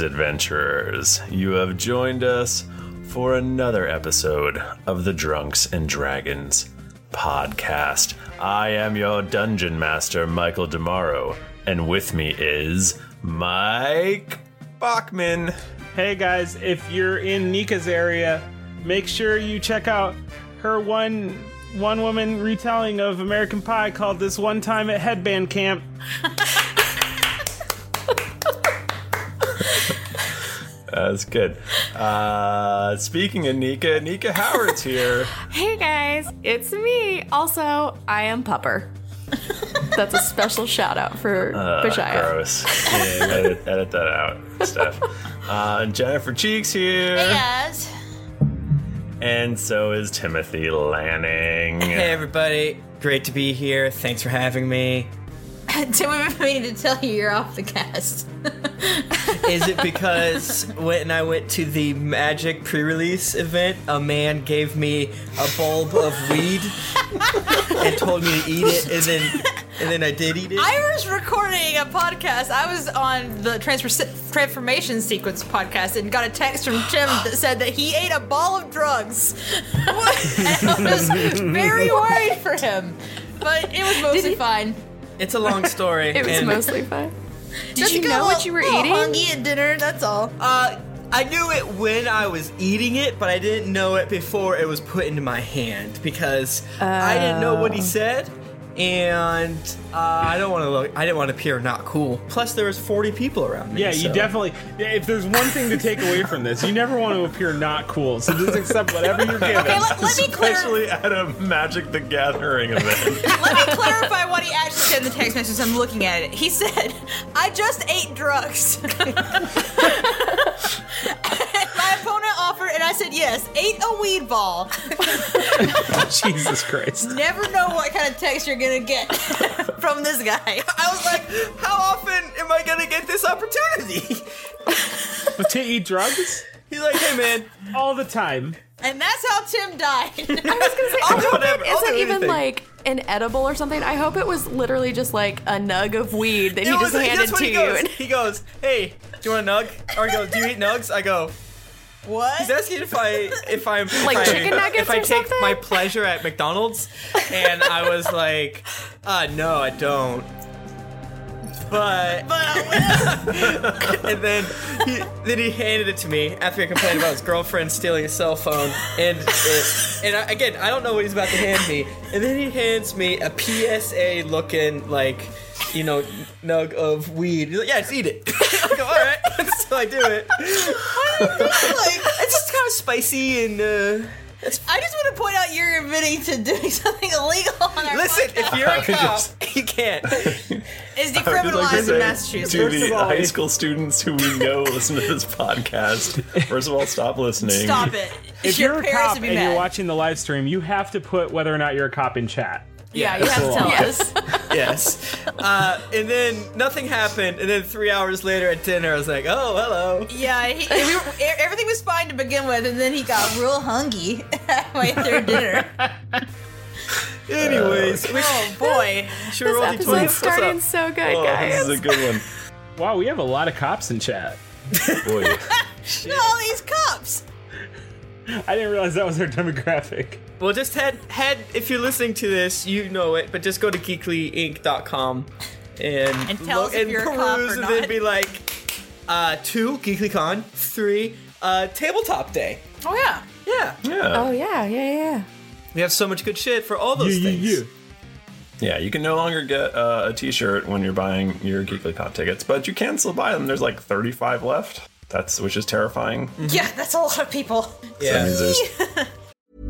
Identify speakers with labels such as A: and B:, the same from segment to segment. A: adventurers, you have joined us for another episode of the Drunks and Dragons podcast. I am your dungeon master, Michael Demaro, and with me is Mike Bachman.
B: Hey guys, if you're in Nika's area, make sure you check out her one one woman retelling of American Pie called This One Time at Headband Camp.
A: That's good. Uh, speaking of Nika, Nika Howard's here.
C: Hey guys, it's me. Also, I am Pupper. That's a special shout out for
A: Uh,
C: Bashaya.
A: Gross. Yeah, edit, edit that out, Steph. Uh, and Jennifer Cheeks here.
D: Yes.
A: And so is Timothy Lanning.
E: Hey everybody, great to be here. Thanks for having me.
D: Tim, we need to tell you you're off the cast.
E: Is it because when I went to the magic pre-release event, a man gave me a bulb of weed and told me to eat it and then and then I did eat it?
D: I was recording a podcast. I was on the transfer- transformation sequence podcast and got a text from Tim that said that he ate a ball of drugs. and I was very worried for him, but it was mostly fine.
E: it's a long story.
C: It was
E: and
C: mostly fun. Did
D: Just
C: you
D: got a
C: know what
D: little-
C: you were
D: little
C: eating?
D: Hungry at dinner. That's all.
E: uh I knew it when I was eating it, but I didn't know it before it was put into my hand because I didn't know
C: Oh.
E: what he said. And uh, I don't want to look. I didn't want to appear not cool. Plus, there was forty people around me.
B: Yeah, you
E: so-
B: definitely. yeah, If there's one thing to take away from this, you never want to appear not cool. So just accept whatever you're given.
D: Okay, let, let me clear.
A: Especially at a Magic the Gathering event.
D: Let me clarify what he actually said in the text message. I'm looking at it. He said, "I just ate drugs." And My opponent offered, and I said yes. Ate a weed ball.
B: Jesus Christ.
D: Never know what kind of text you're gonna get from this guy.
E: I was like, how often am I gonna get this opportunity?
B: to eat drugs
E: He's like, hey man,
B: all the time.
D: And that's how Tim died.
C: I was gonna say, I hope
E: whatever,
C: it
E: I'll
C: isn't
E: do
C: even
E: anything.
C: like an edible or something. I hope it was literally just like a nug of weed that he
E: It
C: just
E: was-
C: handed
E: that's what
C: to
E: he
C: you.
E: goes.
C: and-
E: He goes, hey, do you want a nug? Or he goes, do you eat nugs? I go,
D: What?
E: he's asking if I if I'm if
C: Like
E: I-
C: chicken nuggets
E: if I
C: or
E: take
C: something?
E: my pleasure at McDonald's, and I was like, uh, no, I don't. But and then he, then he handed it to me after he complained about his girlfriend stealing his cell phone and it, and I, again I don't know what he's about to hand me and then he hands me a PSA looking like you know nug of weed he's like yeah just eat it I go all right so I do it
D: like,
E: it's just kind of spicy and uh,
D: I just want to point out you're admitting to doing something illegal on our
E: listen
D: podcast.
E: if you're a
A: I
E: cop
A: just-
E: you can't
D: It's
A: I would like to
D: decriminalized
A: say
D: in Massachusetts.
A: To
B: First
A: the
B: of all,
A: high
B: if-
A: school students who we know listen to this podcast, first of all, stop listening.
D: Stop it.
B: If
D: your
B: you're a cop
D: parents would
B: and
D: be
B: you're
D: mad.
B: watching the live stream, you have to put whether or not you're a cop in chat.
C: yeah, you have to tell us.
E: yes uh, and then nothing happened and then three hours later at dinner I was like oh hello
D: Yeah, he, we were, e- everything was fine to begin with, and then he got real hungry halfway through dinner.
E: anyways we
D: Oh boy!
E: should
C: This
E: roll d20
C: episode's
E: What's up?
C: starting so good,
A: Oh, this is
C: guys.
A: a good
B: Wow, we have a lot of cops in chat.
A: one. Boy.
D: Look at all these cups.
B: I didn't realize that was our demographic.
E: Well, just head head if you're listening to this, you know it, but just go to geeklyinc.com and
D: And tell us if you're a cop or
E: peruse, and
D: not.
E: then be like, uh, two GeeklyCon, three uh, tabletop day.
D: Oh yeah.
E: Yeah,
A: Yeah.
C: Oh yeah, yeah, yeah.
E: we have so much good shit for all
B: You,
E: those
B: you,
E: things.
B: you.
A: Yeah, you can no longer get uh, a t shirt when you're buying your GeeklyCon tickets, but you can still buy them. There's like 35 left. That's which is terrifying.
D: Yeah, that's a lot of people.
A: That
E: Yeah.
A: means there's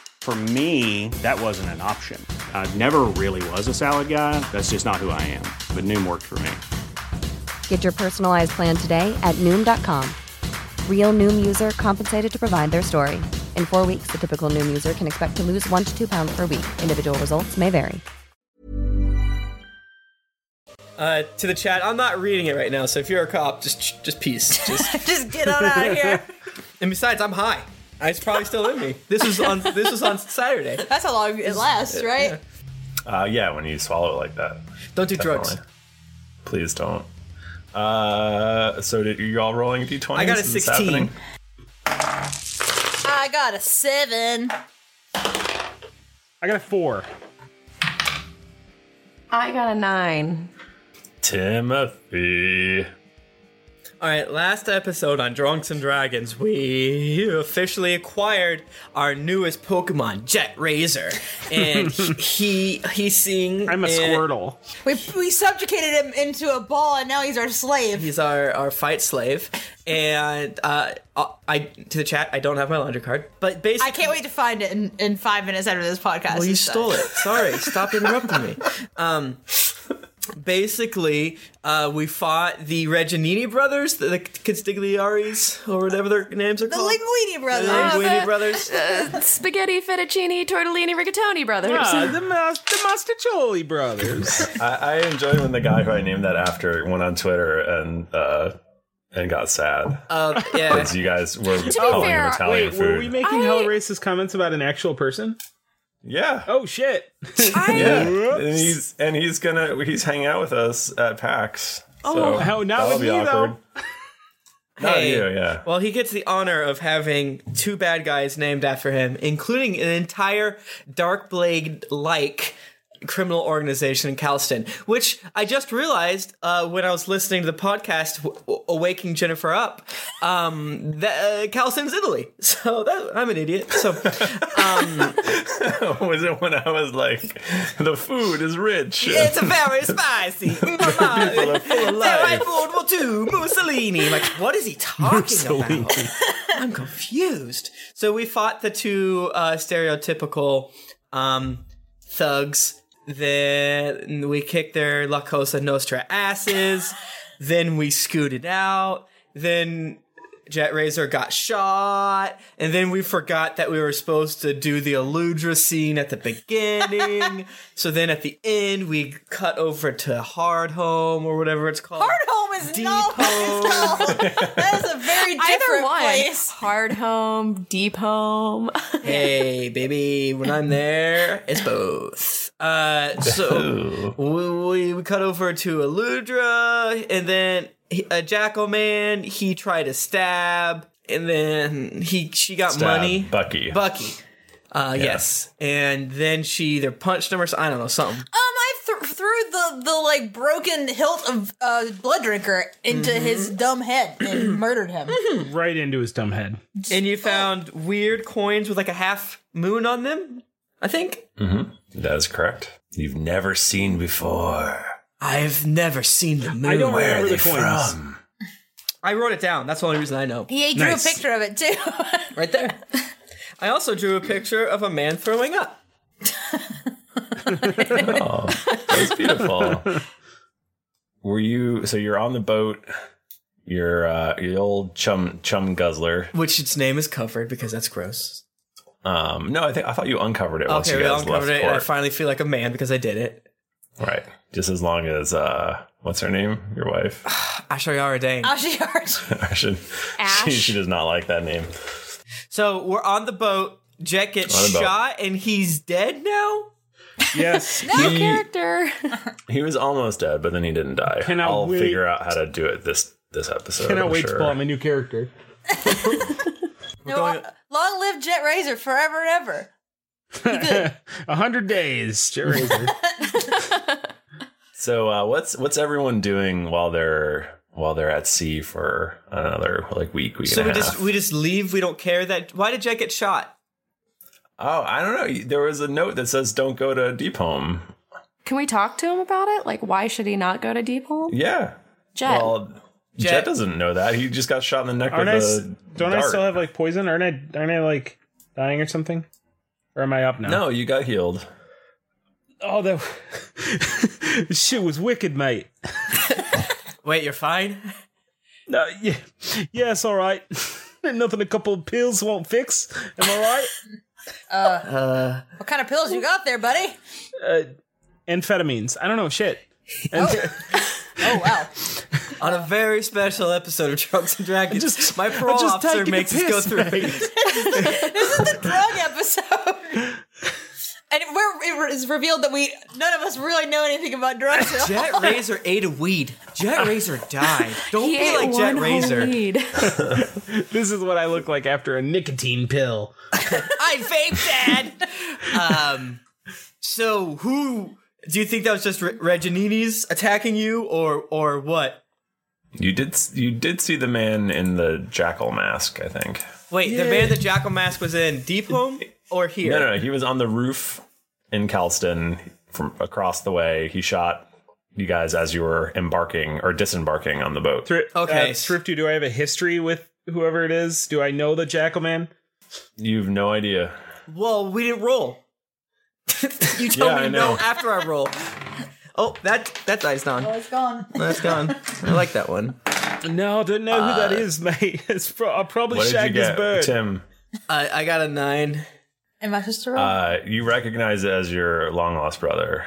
F: For me, that wasn't an option. I never really was a salad guy. That's just not who I am. But Noom worked for me.
G: Get your personalized plan today at Noom.com. Real Noom user compensated to provide their story. In four weeks, the typical Noom user can expect to lose one to two pounds per week. Individual results may vary.
E: Uh, to the chat, I'm not reading it right now, so if you're a cop, just just peace. Just,
D: Just get on out of here.
E: and besides, I'm high. It's probably still in me. This was on this was on Saturday.
D: That's how long it lasts, right?
A: Uh, yeah, when you swallow it like that.
E: Don't do drugs.
A: Please don't. Uh, so did, are you all rolling d20s?
E: I got a
A: Is this
E: 16.
A: happening?
D: I got a seven.
B: I got a four.
C: I got a nine.
A: Timothy.
E: All right, last episode on Drunks and Dragons, we officially acquired our newest Pokemon, Jet Razor, and he, he he's seeing.
B: I'm a
E: and
B: Squirtle.
D: We, we subjugated him into a ball, and now he's our slave.
E: He's our our fight slave, and uh, I to the chat. I don't have my laundry card, but basically,
D: I can't wait to find it in, in five minutes after this podcast.
E: Well, you
D: is done.
E: stole it. Sorry. Stop interrupting me. Um, basically, uh, we fought the Reginini brothers, the, the Castigliaris, or whatever their names are
D: The
E: called.
D: Linguini
E: the
D: brothers.
E: Linguini brothers.
C: Uh, Spaghetti, fettuccine, tortellini, rigatoni, brothers.
B: Ah, the, Mas- the Mastacholi brothers.
A: I, I enjoy when the guy who I named that after went on Twitter and uh, and got sad
E: Uh, yeah.
A: because you guys were calling
C: fair,
A: him Italian
B: Wait,
A: food.
B: were we making
C: I-
B: hella racist comments about an actual person?
A: yeah.
B: Oh shit!
C: I,
A: Yeah, and he's and he's gonna he's hanging out with us at PAX.
B: Oh,
A: so
B: hell, not
A: that'll
B: with me, though.
A: Not
E: Hey.
A: you, yeah.
E: Well, he gets the honor of having two bad guys named after him, including an entire Darkblade like criminal organization in Calston, which I just realized uh, when I was listening to the podcast, w- w- Awaking Jennifer Up, um, that uh, Calston's Italy. So that, I'm an idiot. So
A: was it when I was like, the food is rich?
E: it's very spicy. Mamma, I World War Two, Mussolini. Like, what is he talking about? I'm confused. So we fought the two uh, stereotypical um, thugs. Then we kicked their La Cosa Nostra asses. then we scooted out. Then Jet Razor got shot. And then we forgot that we were supposed to do the Eludra scene at the beginning. so then at the end, we cut over to Hard Home or whatever it's called.
D: Hard home is no.
E: Deep
D: It's called. that is a very
C: either
D: different
C: one.
D: place.
C: Hard home, deep home.
E: hey baby when i'm there it's both uh so we, we, we cut over to eludra and then he- a jackal man he tried to stab and then he she got
A: Stab
E: money
A: Bucky.
E: bucky uh yes and then she either punched him or so- i don't know something
D: Um, I th- threw the the like broken hilt of uh, blood drinker into
E: Mm-hmm.
D: his dumb head and murdered him.
B: Right into his dumb head.
E: and you found weird coins with like a half moon on them i think
A: Mm-hmm. that is correct. You've never seen before.
E: i've never seen the moon
B: I don't
A: Where are
B: remember
A: they
B: the coins.
A: from?
E: i wrote it down that's the only reason i know
D: He drew
B: Nice.
D: a picture of it too.
E: right there. I also drew a picture of a man throwing up.
A: oh, that's beautiful. Were you so you're on the boat? Your uh, your old chum chum guzzler.
E: Which its name is covered because that's gross.
A: Um, no, I think I thought you uncovered it once
E: okay,
A: you
E: we all
A: guys
E: uncovered
A: left
E: it, and I
A: port.
E: finally feel like a man because I did it.
A: right, just as long as uh, what's her name? Your wife,
E: Ashayara Dane.
D: Uh,
A: Ashen. She, she does not like that name.
E: So we're on the boat. Jet gets
A: On the boat.
E: shot, and he's dead now.
H: Yes.
A: No He-
C: character.
A: He was almost dead, but then he didn't die.
H: Cannot
A: I'll
H: wait-
A: figure out how to do it this this episode.
H: Cannot
A: I'm
H: wait
A: sure.
H: to pull out my new character.
D: No, long live Jet Razor forever and ever.
H: A hundred days, Jerry.
A: So uh, what's what's everyone doing while they're while they're at sea for another like week week
E: So
A: and
E: we
A: a half?
E: just we just leave. We don't care that. Why did Jet get shot?
A: oh, I don't know. There was a note that says don't go to Deep Home.
C: Can we talk to him about it? Like, why should he not go to Deep Hole?
A: Yeah.
C: Jet.
A: Well, Jet, doesn't know that. He just got shot in the neck
H: Aren't I?
A: with
H: s-
A: a
H: Don't I
A: dart.
H: still have like poison? Aren't I? Aren't I like dying or something? Or am I up now?
A: no, you got healed.
H: Oh, that this shit was wicked, mate.
E: Wait, you're fine.
H: No, yeah, yeah, it's all right. Ain't Nothing a couple of pills won't fix. Am I right?
E: Uh,
D: What kind of pills you got there, buddy?
H: Uh, amphetamines. I don't know shit. Amph-
D: Oh wow.
E: on a very special episode of Drunks and Dragons,
H: just-
E: my
H: I'm
E: parole
H: just
E: officer
H: taking a
E: makes us go
H: piss,
E: through.
H: mate.
D: this is the drug episode. And we're, it is revealed that we none of us really know anything about drugs. At all.
E: Jet Razor ate a weed. Jet Razor died. Don't
C: He
E: be
C: ate
E: like
C: one
E: Jet
C: whole
E: Razor.
C: lead.
H: This is what I look like after a nicotine pill.
E: I vape dad. um, so who do you think that was just Re- Reginini's attacking you, or or what?
A: You did s- you did see the man in the jackal mask, I think.
E: Wait, the man the jackal mask was in Deep Home or here?
A: No, no, no, he was on the roof in Calston from across the way. He shot you guys as you were embarking or disembarking on the boat.
H: Thri-
E: Okay.
H: uh, Thrifty. Do I have a history with whoever it is? Do I know the jackal man?
A: You've no idea.
E: Well, we didn't roll. you tell
A: Yeah,
E: me
A: I
E: no
A: know.
E: after I roll. Oh, that that dice gone.
D: Oh, it's gone.
E: That's gone. I like that one. Uh,
H: No, don't know who that is, mate. It's pro- I'll probably
A: What did you
H: shag this
A: get,
H: bird.
A: Tim?
E: I, I got a nine.
D: Am I supposed to roll?
A: Uh, you recognize it as your long lost brother.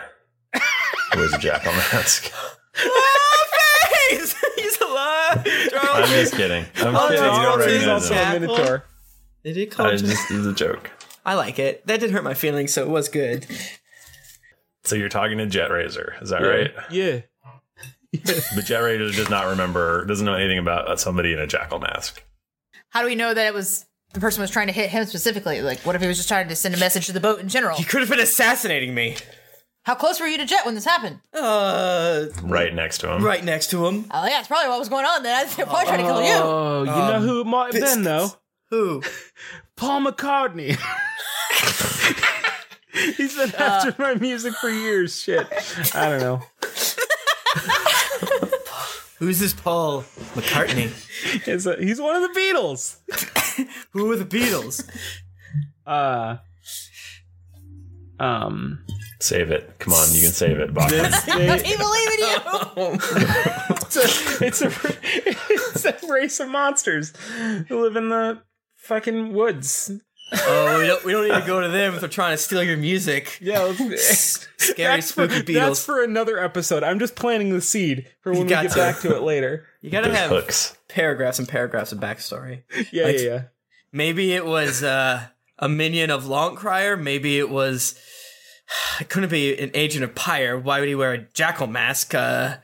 A: Who is a jackal mask?
E: Oh, Face! He's alive.
A: I'm
E: Charles.
A: just kidding. I'm
E: Oh,
A: kidding. You don't
E: Charles is
A: recognize
E: also-
A: him.
H: a minotaur.
E: Did he call?
A: I just, it was a joke.
E: I like it. That did hurt my feelings, so it was good.
A: So you're talking to Jet Razor, is that right?
H: Yeah.
A: But Jet Razor does not remember, doesn't know anything about somebody in a jackal mask.
D: How do we know that it was the person was trying to hit him specifically? Like, what if he was just trying to send a message to the boat in general?
E: He could have been assassinating me.
D: How close were you to Jet when this happened?
E: Uh,
A: Right next to him.
E: right next to him.
D: Oh, yeah, that's probably what was going on then. I was probably trying to kill you.
H: Oh, you know who it might have been though?
E: Um, Who?
H: Paul McCartney. He's been
E: Uh.
H: after my music for years. Shit. I don't know.
E: Uh, Who's this Paul McCartney?
H: It's a- he's one of the Beatles.
E: Who are the Beatles?
H: Uh, um,
A: Save it. Come on, you can save it, Bachman.
H: they-
D: He believed in you.
H: it's a it's a race of monsters who live in the fucking woods.
E: Oh, we don't, we don't need to go to them if they're trying to steal your music.
H: Yeah, let's-
E: Scary, spooky
H: for,
E: Beatles.
H: That's for another episode. I'm just planting the seed for when we
E: got
H: get
E: to.
H: back to it later.
E: you gotta
A: There's
E: have
A: hooks.
E: paragraphs and paragraphs of backstory.
H: Yeah,
E: Like-
H: yeah, yeah.
E: Maybe it was uh, a minion of Longcrier. Maybe it was. It couldn't be an agent of Pyre. Why would he wear a jackal mask? Uh,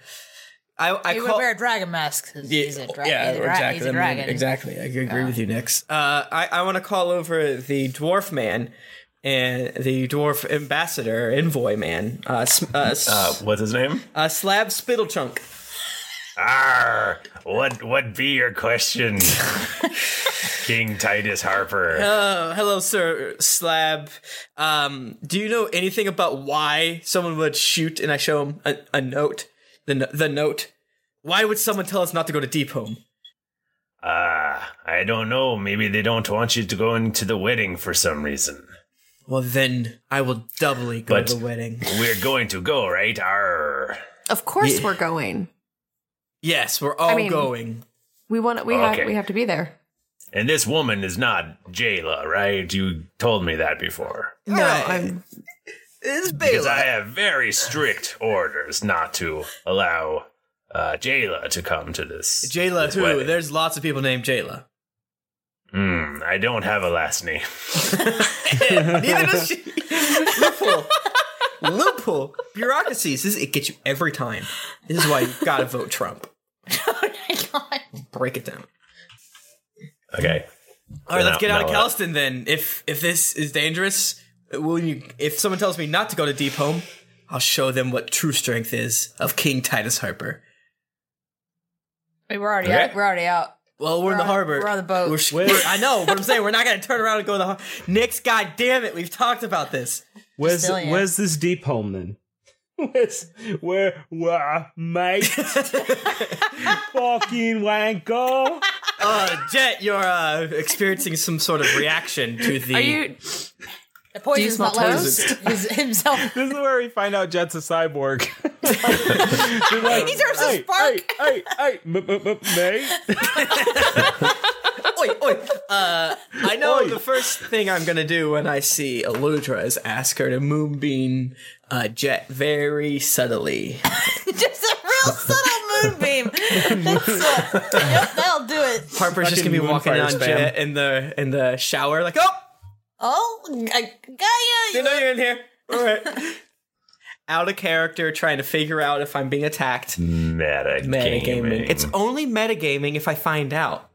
E: I, I
D: He would
E: call-
D: wear a dragon mask. 'cause
E: Yeah, oh,
D: he's a dra-
E: yeah,
D: he's a dra-
E: exactly.
D: he's a
E: I mean,
D: dragon.
E: exactly. I agree with you, Nix. Uh, I, I want to call over the dwarf man and the dwarf ambassador, envoy man, uh, s- uh, s-
A: Uh, what's his name?
E: uh, Slab Spittlechunk.
A: Arr, what what be your question, King Titus Harper?
E: Uh, hello, sir Slab. Um, do you know anything about why someone would shoot? And I show him a, a note. The no- the note. Why would someone tell us not to go to Deep Home?
A: Ah, I don't know. Maybe they don't want you to go into the wedding for some reason.
E: Well, then I will doubly go to
A: But-
E: the wedding.
A: We're going to go, right? Arr.
C: Of course
E: Yeah.
C: we're going.
E: Yes, we're all
C: I mean-
E: going.
C: We want we
A: Okay.
C: have we have to be there.
A: And this woman is not Jayla, right? You told me that before.
E: No, I'm. It's
A: Because I have very strict orders not to allow uh, Jayla to come to this.
E: Jayla,
A: this
E: who?
A: wedding.
E: There's lots of people named Jayla.
A: Hmm, I don't have a last name.
E: Neither does she. Loophole. Loophole. Bureaucracies. This, it gets you every time. This is why you gotta vote Trump. Oh Break it down.
A: Okay.
E: All right,
A: Now-
E: let's get out of
H: uh,
A: now what?
E: Calston then. If if this is dangerous, will you? If someone tells me not to go to Deep Home, I'll show them what true strength is of King Titus Harper.
D: Wait, we're already
E: Okay.
D: out. We're already out.
E: Well, we're, in the
D: on-
E: harbor.
D: we're on the boat.
E: We're sh- we're- I know, but I'm saying we're not going to turn around and go to the harbor. Nick's, God damn it, we've talked about this.
B: Where's
D: Still, yeah.
B: where's this deep home then? Where's where where mate? Fucking wanko.
E: Uh, Jet, you're uh, experiencing some sort of reaction to the.
C: Are you
D: The
C: do you
D: poison's
C: smell
D: not low.
C: toast?
D: He's himself.
B: This is where we find out Jet's a cyborg. He's like,
D: He deserves a
B: "Hey,
D: spark."
B: Hey, hey, hey, m- m- m- mate.
E: Oi, oi. Uh, I know
B: Oi.
E: the first thing I'm gonna do when I see Eludra is ask her to moonbeam uh, Jet very subtly.
D: Just a real subtle moonbeam. That's what. Yep, that'll do it.
E: Harper's just gonna
B: Fucking
E: be walking
B: Moonfire
E: on
B: spam.
E: Jet in the in the shower, like, oh,
D: Oh, I got
E: they
D: you.
E: know you're in here. All right. Out of character, trying to figure out if I'm being attacked.
A: Metagaming.
E: Metagaming. It's only metagaming if I find out.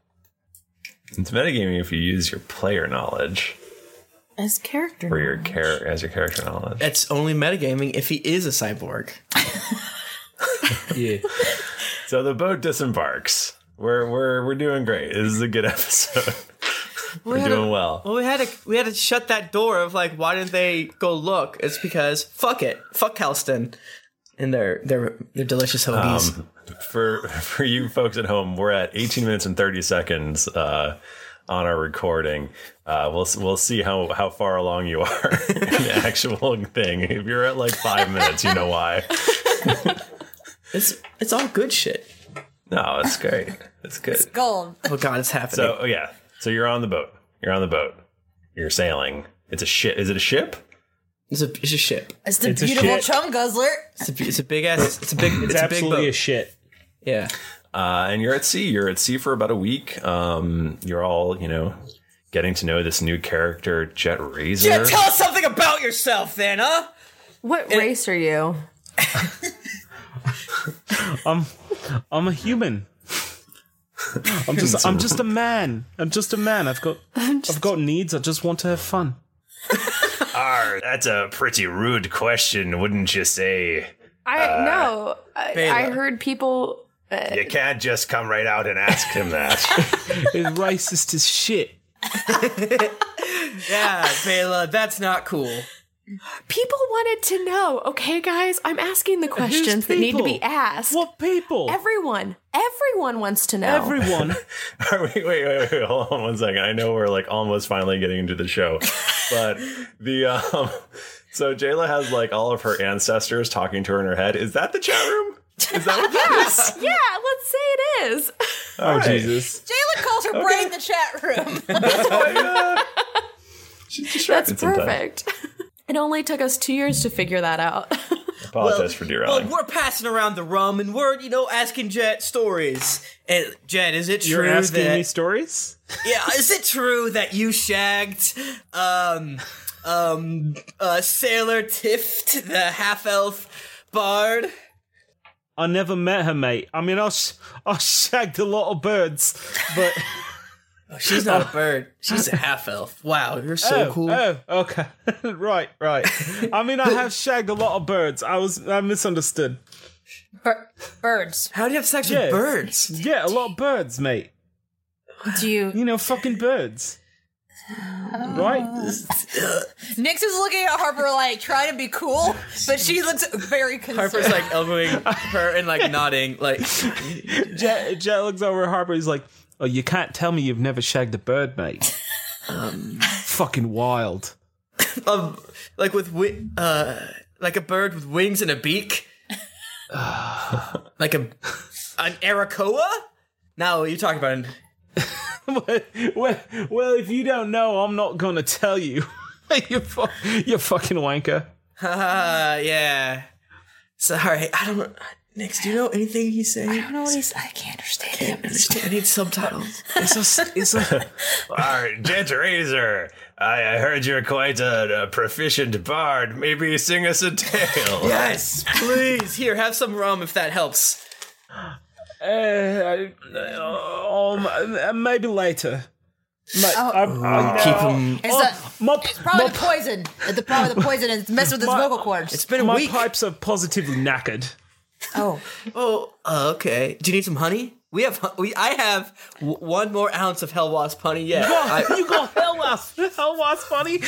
A: It's metagaming if you use your player knowledge
D: As character.
A: or your char- as your character knowledge.
E: It's only metagaming if he is a cyborg.
B: Yeah.
A: So the boat disembarks. We're we're we're doing great. This is a good episode. we're
E: had
A: doing
E: a-
A: well.
E: Well, we had to we had to shut that door of like, why didn't they go look? It's because fuck it, fuck Halston, and their their their delicious hoagies.
A: Um, For for you folks at home, we're at 18 minutes and 30 seconds uh, on our recording. Uh, we'll we'll see how how far along you are in the actual thing. If you're at like five minutes, you know why.
E: it's it's all good shit.
A: No, it's great. It's good.
D: Gold.
E: Oh god, it's happening.
A: So oh, yeah, so you're on the boat. You're on the boat. You're sailing. It's a ship. Is it a ship?
E: it's a it's a ship.
D: It's the
B: a
D: beautiful
B: shit.
D: chum guzzler.
E: It's a, it's a big ass. It's a big. It's,
B: It's,
E: a big boat.
B: absolutely a shit.
E: yeah.
A: uh, and you're at sea. You're at sea for about a week. Um, you're all, you know, getting to know this new character, Jet Razor.
E: Yeah, tell us something about yourself, then, huh?
C: What race are you?
B: I'm I'm a human. I'm just I'm just a man. I'm just a man. I've got I've got needs. I just want to have fun.
A: Arr, that's a pretty rude question, wouldn't you say?
C: I no. I, I
E: Bela.
C: heard people uh,
A: You can't just come right out and ask him that.
B: It's racist as shit.
E: Yeah, Vela, that's not cool.
C: people wanted to know. Okay, guys, I'm asking the questions that need to be
B: people?
C: asked.
B: What people?
C: Everyone, everyone wants to know.
B: Everyone.
A: Are we, wait, wait, wait, hold on one second. I know we're like almost finally getting into the show, but the um, so Jayla has like all of her ancestors talking to her in her head. Is that the chat room? Is that what that is?
C: yeah, let's say it is.
B: oh Jesus.
D: Jayla calls her brain the chat room.
A: She's
C: That's
A: distracted sometimes.
C: perfect. It only took us two years to figure that out.
A: Apologize for derailing.
E: Well, we're passing around the rum and we're, you know, asking Jet stories. And Jet, is it
B: You're
E: true
B: asking
E: that
B: me stories?
E: yeah, is it true that you shagged um um uh Sailor Tift, the half elf bard?
B: I never met her, mate. I mean, I, sh- I shagged a lot of birds, but
E: Oh, she's not a bird. She's a half elf. Wow, you're so
B: oh,
E: cool.
B: oh, okay, right, right. I mean, I have shagged a lot of birds. I was, I misunderstood.
D: Bir- birds.
E: How do you have sex
B: Yeah.
E: with birds?
B: Yeah, a lot of birds, mate.
D: Do you?
B: You know, fucking birds. Right?
D: Nix is looking at Harper like trying to be cool, but she looks very concerned.
E: Harper's like elbowing her and like nodding, like
B: Jet, Jet looks over at Harper. He's like, "Oh, you
H: Um,
B: can't tell me you've never shagged a bird, mate." Fucking wild.
E: um, like with wi- uh, like a bird with wings and a beak, like a an arakoa. Now you're talking about an
H: well, well, if you don't know, I'm not gonna tell you. you, fu- you fucking wanker.
E: Uh, yeah. Sorry, I don't know. Nix, do you know anything he's saying? I don't know what he's. I can't understand. Can't understand. I need subtitles. It's so. It's so.
A: All right, Gent Razor, I, I heard you're quite a, a proficient bard. Maybe you sing us a tale.
E: yes, please. Here, have some rum if that helps.
H: Uh, um, uh, maybe later. Ma-
D: Oh.
H: I- I-
E: Ooh, keep 'em-
D: It's, the- it's probably the poison. It's the, probably the poison and it's messing with his
H: My-
D: vocal cords.
H: my pipes are positively knackered.
D: Oh.
E: Oh. Uh, okay. Do you need some honey? We have. hu- We. I have w- one more ounce of hell wasp honey. Yeah.
H: You got-
E: I,
H: you got hell wasp. Hell wasp honey.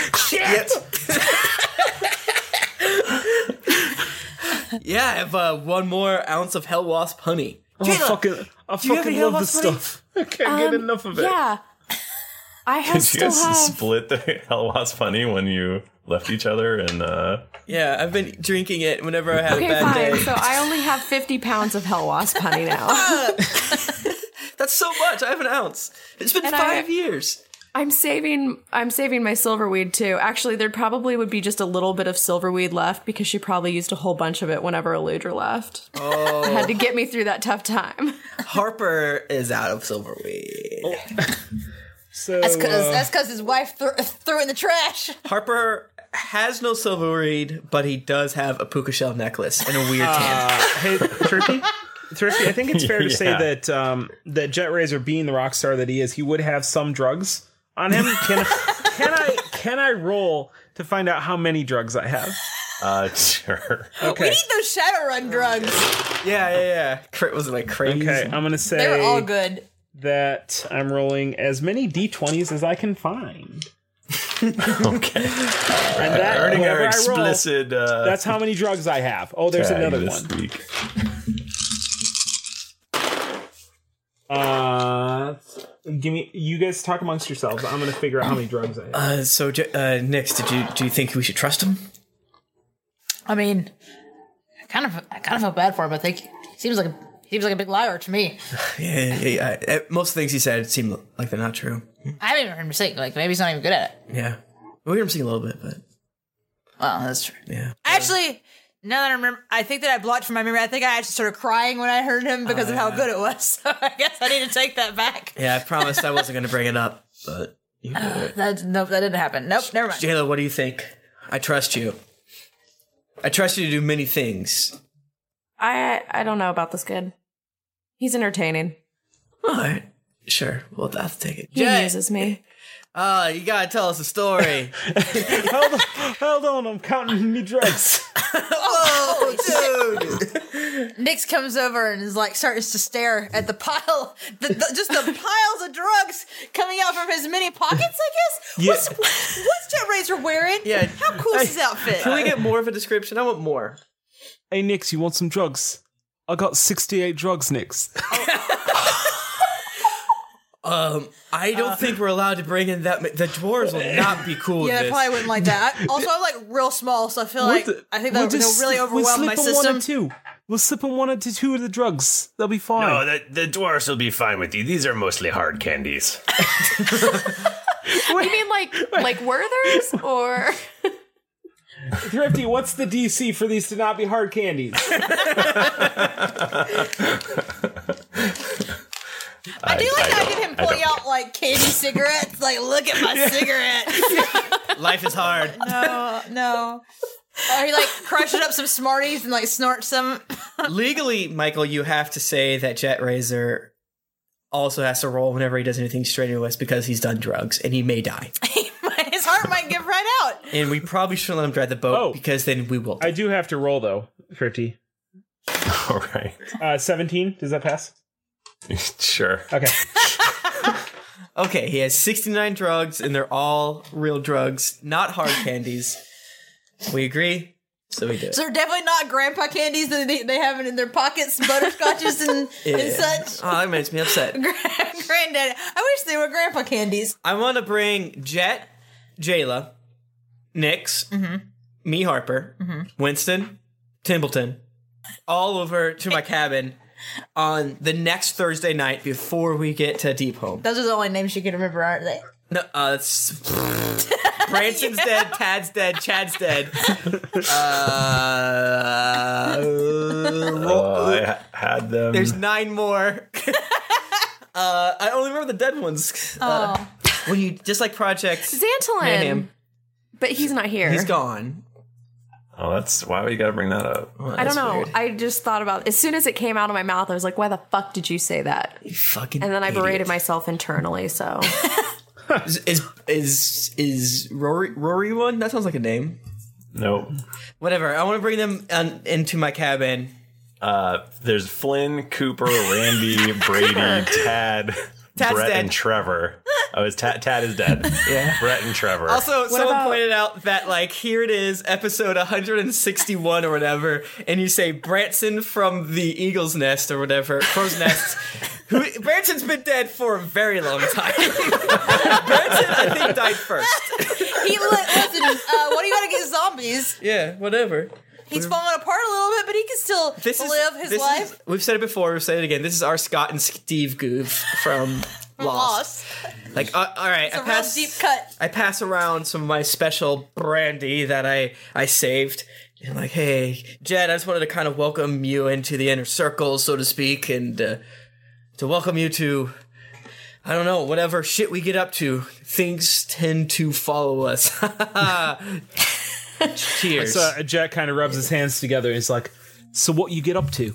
H: Shit.
E: yeah. I have uh, one more ounce of hell wasp honey.
H: Oh, I
E: Kayla,
H: fucking, I
E: do you have
H: fucking
E: any hell
H: love this
E: wasp honey?
H: stuff. I can't get
C: Um,
H: enough of it.
C: Yeah. I have
A: Did you
C: still
A: guys
C: have.
A: split the hell was funny when you left each other and uh
E: Yeah, I've been drinking it whenever I have a
C: Okay,
E: bad
C: fine.
E: day.
C: So I only have 50 pounds of hell wasp honey now.
E: That's so much. I have an ounce. It's been
C: And I-
E: five years.
C: I'm saving. I'm saving my silverweed too. Actually, there probably would be just a little bit of silverweed left because she probably used a whole bunch of it whenever Eludra left.
E: Oh.
C: Had to get me through that tough time.
E: Harper is out of silverweed.
H: Oh. So
D: That's because
H: uh,
D: that's because his wife thr- threw it in the trash.
E: Harper has no silverweed, but he does have a puka shell necklace and a weird tan.
H: Ah, hey, Trippy. Thrifty, I think it's fair to say
A: Yeah.
H: that um, that Jet Razor, being the rock star that he is, he would have some drugs on him. Can I, can I can I roll to find out how many drugs I have?
A: uh sure.
H: Okay,
D: Eat those Shadowrun drugs.
E: Yeah, yeah, yeah. Crit was like crazy.
H: okay, I'm gonna
D: They were all
H: say
D: good.
H: that I'm rolling as many d20s as I can find,
A: Okay. Uh,
H: and that
A: Earning
H: whenever
A: our
H: I roll,
A: explicit uh
H: that's how many drugs I have. Oh, there's
A: tag
H: another
A: this
H: one.
A: Week.
H: Uh, give me. You guys talk amongst yourselves. I'm gonna figure out how many drugs I have.
E: Uh, so, J- uh, Nix, did you do you think we should trust him?
D: I mean, I kind of I kind of feel bad for him. I think he seems like a, he seems like a big liar to me.
E: Yeah, yeah, yeah. Uh, most things he said seemed like they're not true.
D: I haven't even heard him sing. Like maybe he's not even good at it.
E: Yeah, we heard him sing a little bit, but
D: Well, that's true.
E: yeah.
D: Actually, now that I remember, I think that I blocked from my memory. I think I actually started crying when I heard him because of how good it was. So I guess I need to take that back.
E: Yeah, I promised I wasn't going to bring it up, but you did it.
D: That nope, that didn't happen. Nope, never mind.
E: Jayla, what do you think? I trust you. I trust you to do many things.
C: I I don't know about this kid. He's entertaining.
E: All right. Sure. We'll have to take it.
C: He
E: Jay,
C: amuses me.
E: uh, you got to tell us a story.
H: hold, on, hold on, I'm counting my drugs.
E: oh, dude.
D: Nix comes over and is like starts to stare at the pile, the, the, just the piles of drugs coming out from his many pockets. I guess.
H: Yeah.
D: What's what's Jet Razor wearing?
E: Yeah.
D: How cool is his outfit?
E: Can we get more of a description? I want more.
H: Hey, Nix, you want some drugs? I got 68 drugs, Nix.
E: Um, I
D: Uh,
E: don't think we're allowed to bring in that. Ma- the dwarves will not be cool
D: Yeah,
E: with
D: they
E: this.
D: probably wouldn't like that. I- Also, I'm like real small, so I feel like I think that
H: We'll just-
D: they'll really overwhelm
H: we'll
D: my
H: slip in One
D: system.
H: or two. We'll slip in one or two of the drugs. They'll be fine.
A: No, the, the dwarfs will be fine with you. These are mostly hard candies.
C: You mean like like Werther's or
H: Thrifty, what's the DC for these to not be hard candies?
D: I do like how I
A: don't-
D: get him
A: I
D: pulling
A: don't-
D: out like candy cigarettes. Like, look at my cigarettes.
E: Life is hard.
D: No, no. Or he like crushes up some Smarties and like snorts them.
E: Legally, Michael, you have to say that Jet Razor also has to roll whenever he does anything strenuous because he's done drugs and he may die.
D: His heart might give right out.
E: and we probably shouldn't let him drive the boat
H: Oh.
E: because then we will.
H: I do have to roll, though, Thrifty.
A: All right.
H: Uh, 17, does that pass?
A: Sure.
H: Okay.
E: Okay, he has 69 drugs, and they're all real drugs, not hard candies. We agree, so we do it.
D: So they're definitely not grandpa candies that they, they have in their pockets, butterscotches and, and such.
E: Oh, that makes me upset.
D: Grand- Granddaddy. I wish they were grandpa candies.
E: I want to bring Jet, Jayla, Nix,
D: Mm-hmm,
E: me Harper, Winston, Templeton, all over to my cabin on the next Thursday night before we get to Deep Home.
D: Those are the only names you can remember, aren't they?
E: No, uh, that's Branson's dead, Tad's dead, Chad's dead. Uh,
A: Oh, I ha- had them.
E: there's nine more. uh, I only remember the dead ones. Uh,
C: Oh.
E: Well, you just like Project
C: Xantolin.
E: Mayhem.
C: But he's not here.
E: He's gone.
A: oh, that's why we gotta bring that up.
C: I don't know. I just thought about as soon as it came out of my mouth, I was like, "Why the fuck did you say that?"
E: You fucking.
C: And then I berated
E: idiot.
C: myself internally. So
E: Is is is, is Rory Rory one? That sounds like a name.
A: Nope.
E: Whatever. I want to bring them on, into my cabin.
A: Uh, there's Flynn, Cooper, Randy, Brady, Tad,
E: Tad's
A: Brett,
E: dead.
A: and Trevor. Oh, is Tad, Tad is dead.
E: Yeah.
A: Brett and Trevor.
E: Also, someone
C: about-
E: pointed out that like here it is, episode 161 or whatever, and you say Branson from the Eagle's Nest or whatever, Crow's Nest. Who Branson's been dead for a very long time. Branson, I think, died first.
D: He li- listen. Uh, what do you got against zombies?
E: Yeah, whatever.
D: He's falling apart a little bit, but he can still
E: This is
D: live his
E: this
D: life.
E: is- we've said it before. We've said it again. This is our Scott and Steve goof from Lost.
D: Lost.
E: Like, uh, all right,
D: It's
E: I
D: a real
E: pass.
D: deep cut.
E: I pass around some of my special brandy that I I saved. And like, hey, Jed, I just wanted to kind of welcome you into the inner circle, so to speak, and uh, to welcome you to, I don't know, whatever shit we get up to. Things tend to follow us. Cheers.
H: So uh, Jack kind of rubs his hands together and he's like, "So what you get up to?"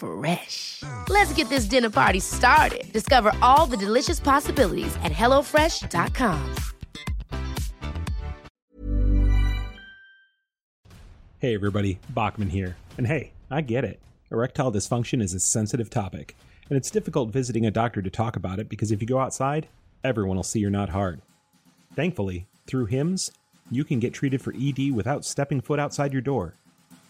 I: Fresh. Let's get this dinner party started. Discover all the delicious possibilities at hellofresh.com.
H: Hey everybody, Bachman here. And hey, I get it. Erectile dysfunction is a sensitive topic, and it's difficult visiting a doctor to talk about it because if you go outside, everyone will see you're not hard. Thankfully, through HIMS, you can get treated for ED without stepping foot outside your door.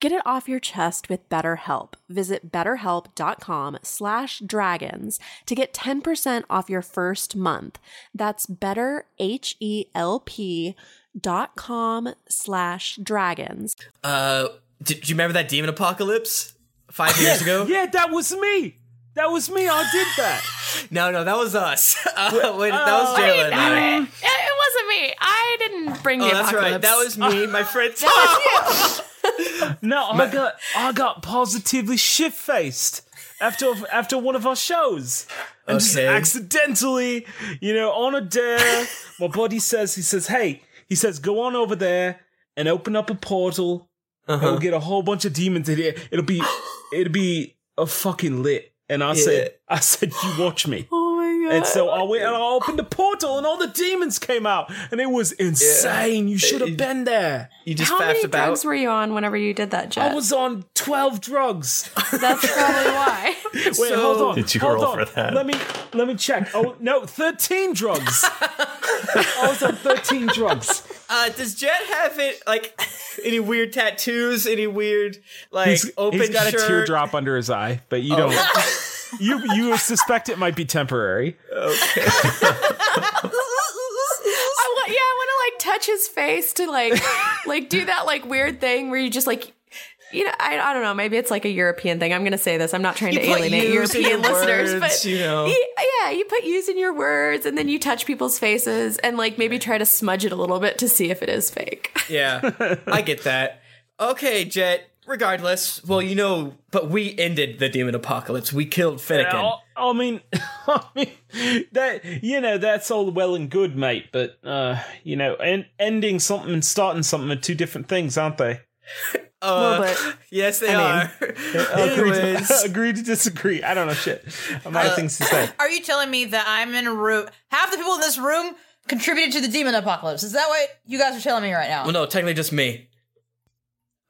J: Get it off your chest with BetterHelp. Visit betterhelp.com slash dragons to get 10% off your first month. That's betterhelp.com slash dragons.
E: Uh, do, do you remember that demon apocalypse five years ago?
B: yeah, that was me. That was me. I did that.
E: No, no, that was us. Uh, wait, that was
C: I
E: Jalen.
C: didn't have it. it. It wasn't me. I didn't bring
E: Oh,
C: the
E: that's
C: apocalypse.
E: right. That was me. My friend.
H: No, I got I got positively shit faced after after one of our shows. And just
E: Okay.
H: accidentally, you know, on a dare, my buddy says he says, "Hey, he says go on over there and open up a portal. And
E: Uh-huh.
H: we'll get a whole bunch of demons in here. It'll be it'll be a fucking lit." And I said, "I said you watch me."
J: Oh
H: And so I went and I opened the portal and all the demons came out and it was insane. You should have been there.
E: You
C: How many drugs were you on whenever you did that, Jet?
H: I was on twelve drugs.
C: That's probably why.
H: Wait, hold on.
A: Did you
H: hold
A: roll
H: on.
A: for that?
H: Let me let me check. Oh no, thirteen drugs. I was on thirteen drugs.
E: Uh, does Jet have it like any weird tattoos? Any weird like
H: He's-
E: open?
H: he's got
E: shirt?
H: a teardrop under his eye, but you
E: Oh. Oh.
H: don't. you you suspect it might be temporary.
E: Okay.
C: I want, yeah, I want to like touch his face to like, like do that like weird thing where you just like, you know, I, I don't know. Maybe it's like a European thing. I'm gonna say this. I'm not trying
E: You
C: to
E: put
C: alienate
E: yous in
C: European
E: your
C: listeners,
E: words,
C: but
E: you know.
C: y- yeah, you put use in your words and then you touch people's faces and like maybe try to smudge it a little bit to see if it is fake.
E: yeah, I get that. Okay, Jet. Regardless, well, you know, but we ended the demon apocalypse. We killed Finnegan.
H: Yeah, I, I mean, I mean that you know that's all well and good, mate. But uh, you know, and ending something and starting something are two different things, aren't they?
E: Uh, Yes, they
H: I
E: are.
H: agree,
E: Anyways.
H: to, agree to disagree. I don't know shit. I'm
E: Uh,
H: out of things to say.
D: Are you telling me that I'm in a room? Half the people in this room contributed to the demon apocalypse. Is that what you guys are telling me right now?
E: Well, no, technically just me.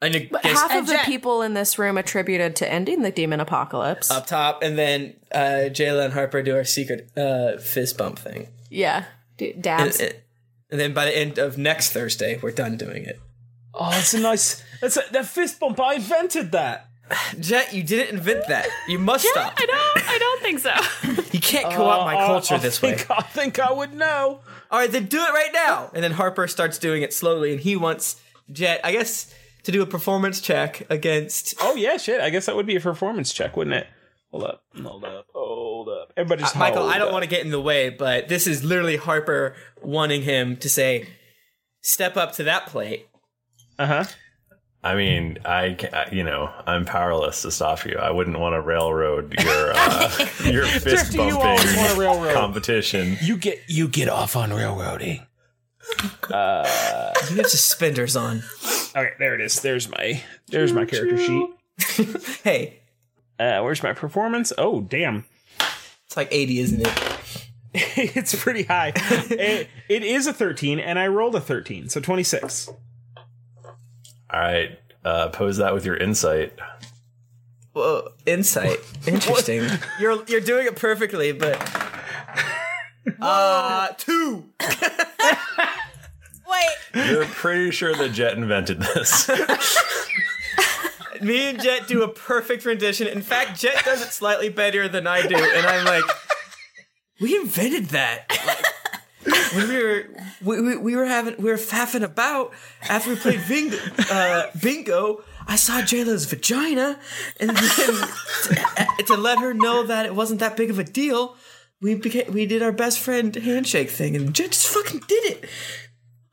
E: I neg-
C: uh, But
E: guess
C: half of the people in this room attributed to ending the demon apocalypse.
E: up top, and then uh, Jayla and Harper do our secret uh, fist bump thing.
C: Yeah, D-
E: And,
C: dabs.
E: and then by the end of next Thursday, we're done doing it.
H: Oh, that's a nice. That's a that fist bump. I invented that.
E: Jet, you didn't invent that. You must stop.
C: I don't. I don't think so.
E: You can't co-opt my
H: Uh, I-
E: culture
H: I
E: this
H: think-
E: way.
H: I think I would know.
E: All right, then do it right now. And then Harper starts doing it slowly, and he wants Jet, I guess, to do a performance check against.
H: Oh yeah, shit. I guess that would be a performance check, wouldn't it? Hold up. Hold up. Hold up. Everybody, just
E: Uh, Michael,
H: hold
E: I don't
H: up.
E: want to get in the way, but this is literally Harper wanting him to say, "Step up to that plate."
H: Uh huh.
A: I mean, I, ca- you know, I'm powerless to stop you. I wouldn't want to railroad your uh, your
H: Jeff,
A: fist
H: do you always wanna
A: bumping
H: railroad?
A: competition.
H: You get you get off on railroading. Uh,
E: you have suspenders on.
H: Okay, there it is. There's my there's my character sheet.
E: hey,
H: uh, where's my performance? Oh, damn.
E: It's like 80, isn't it?
H: it's pretty high. it, it is a 13, and I rolled a 13, so 26.
A: All right, uh, pose that with your insight.
E: Whoa, insight. Interesting. you're you're doing it perfectly, but uh, two.
A: You're pretty sure that Jet invented this.
E: Me and Jet do a perfect rendition. In fact, Jet does it slightly better than I do, and I'm like, we invented that. Like, when we were we, we, we were having we were faffing about after we played bingo. Uh, bingo I saw Jayla's vagina, and then to, to let her know that it wasn't that big of a deal, we became we did our best friend handshake thing, and Jet just fucking did it.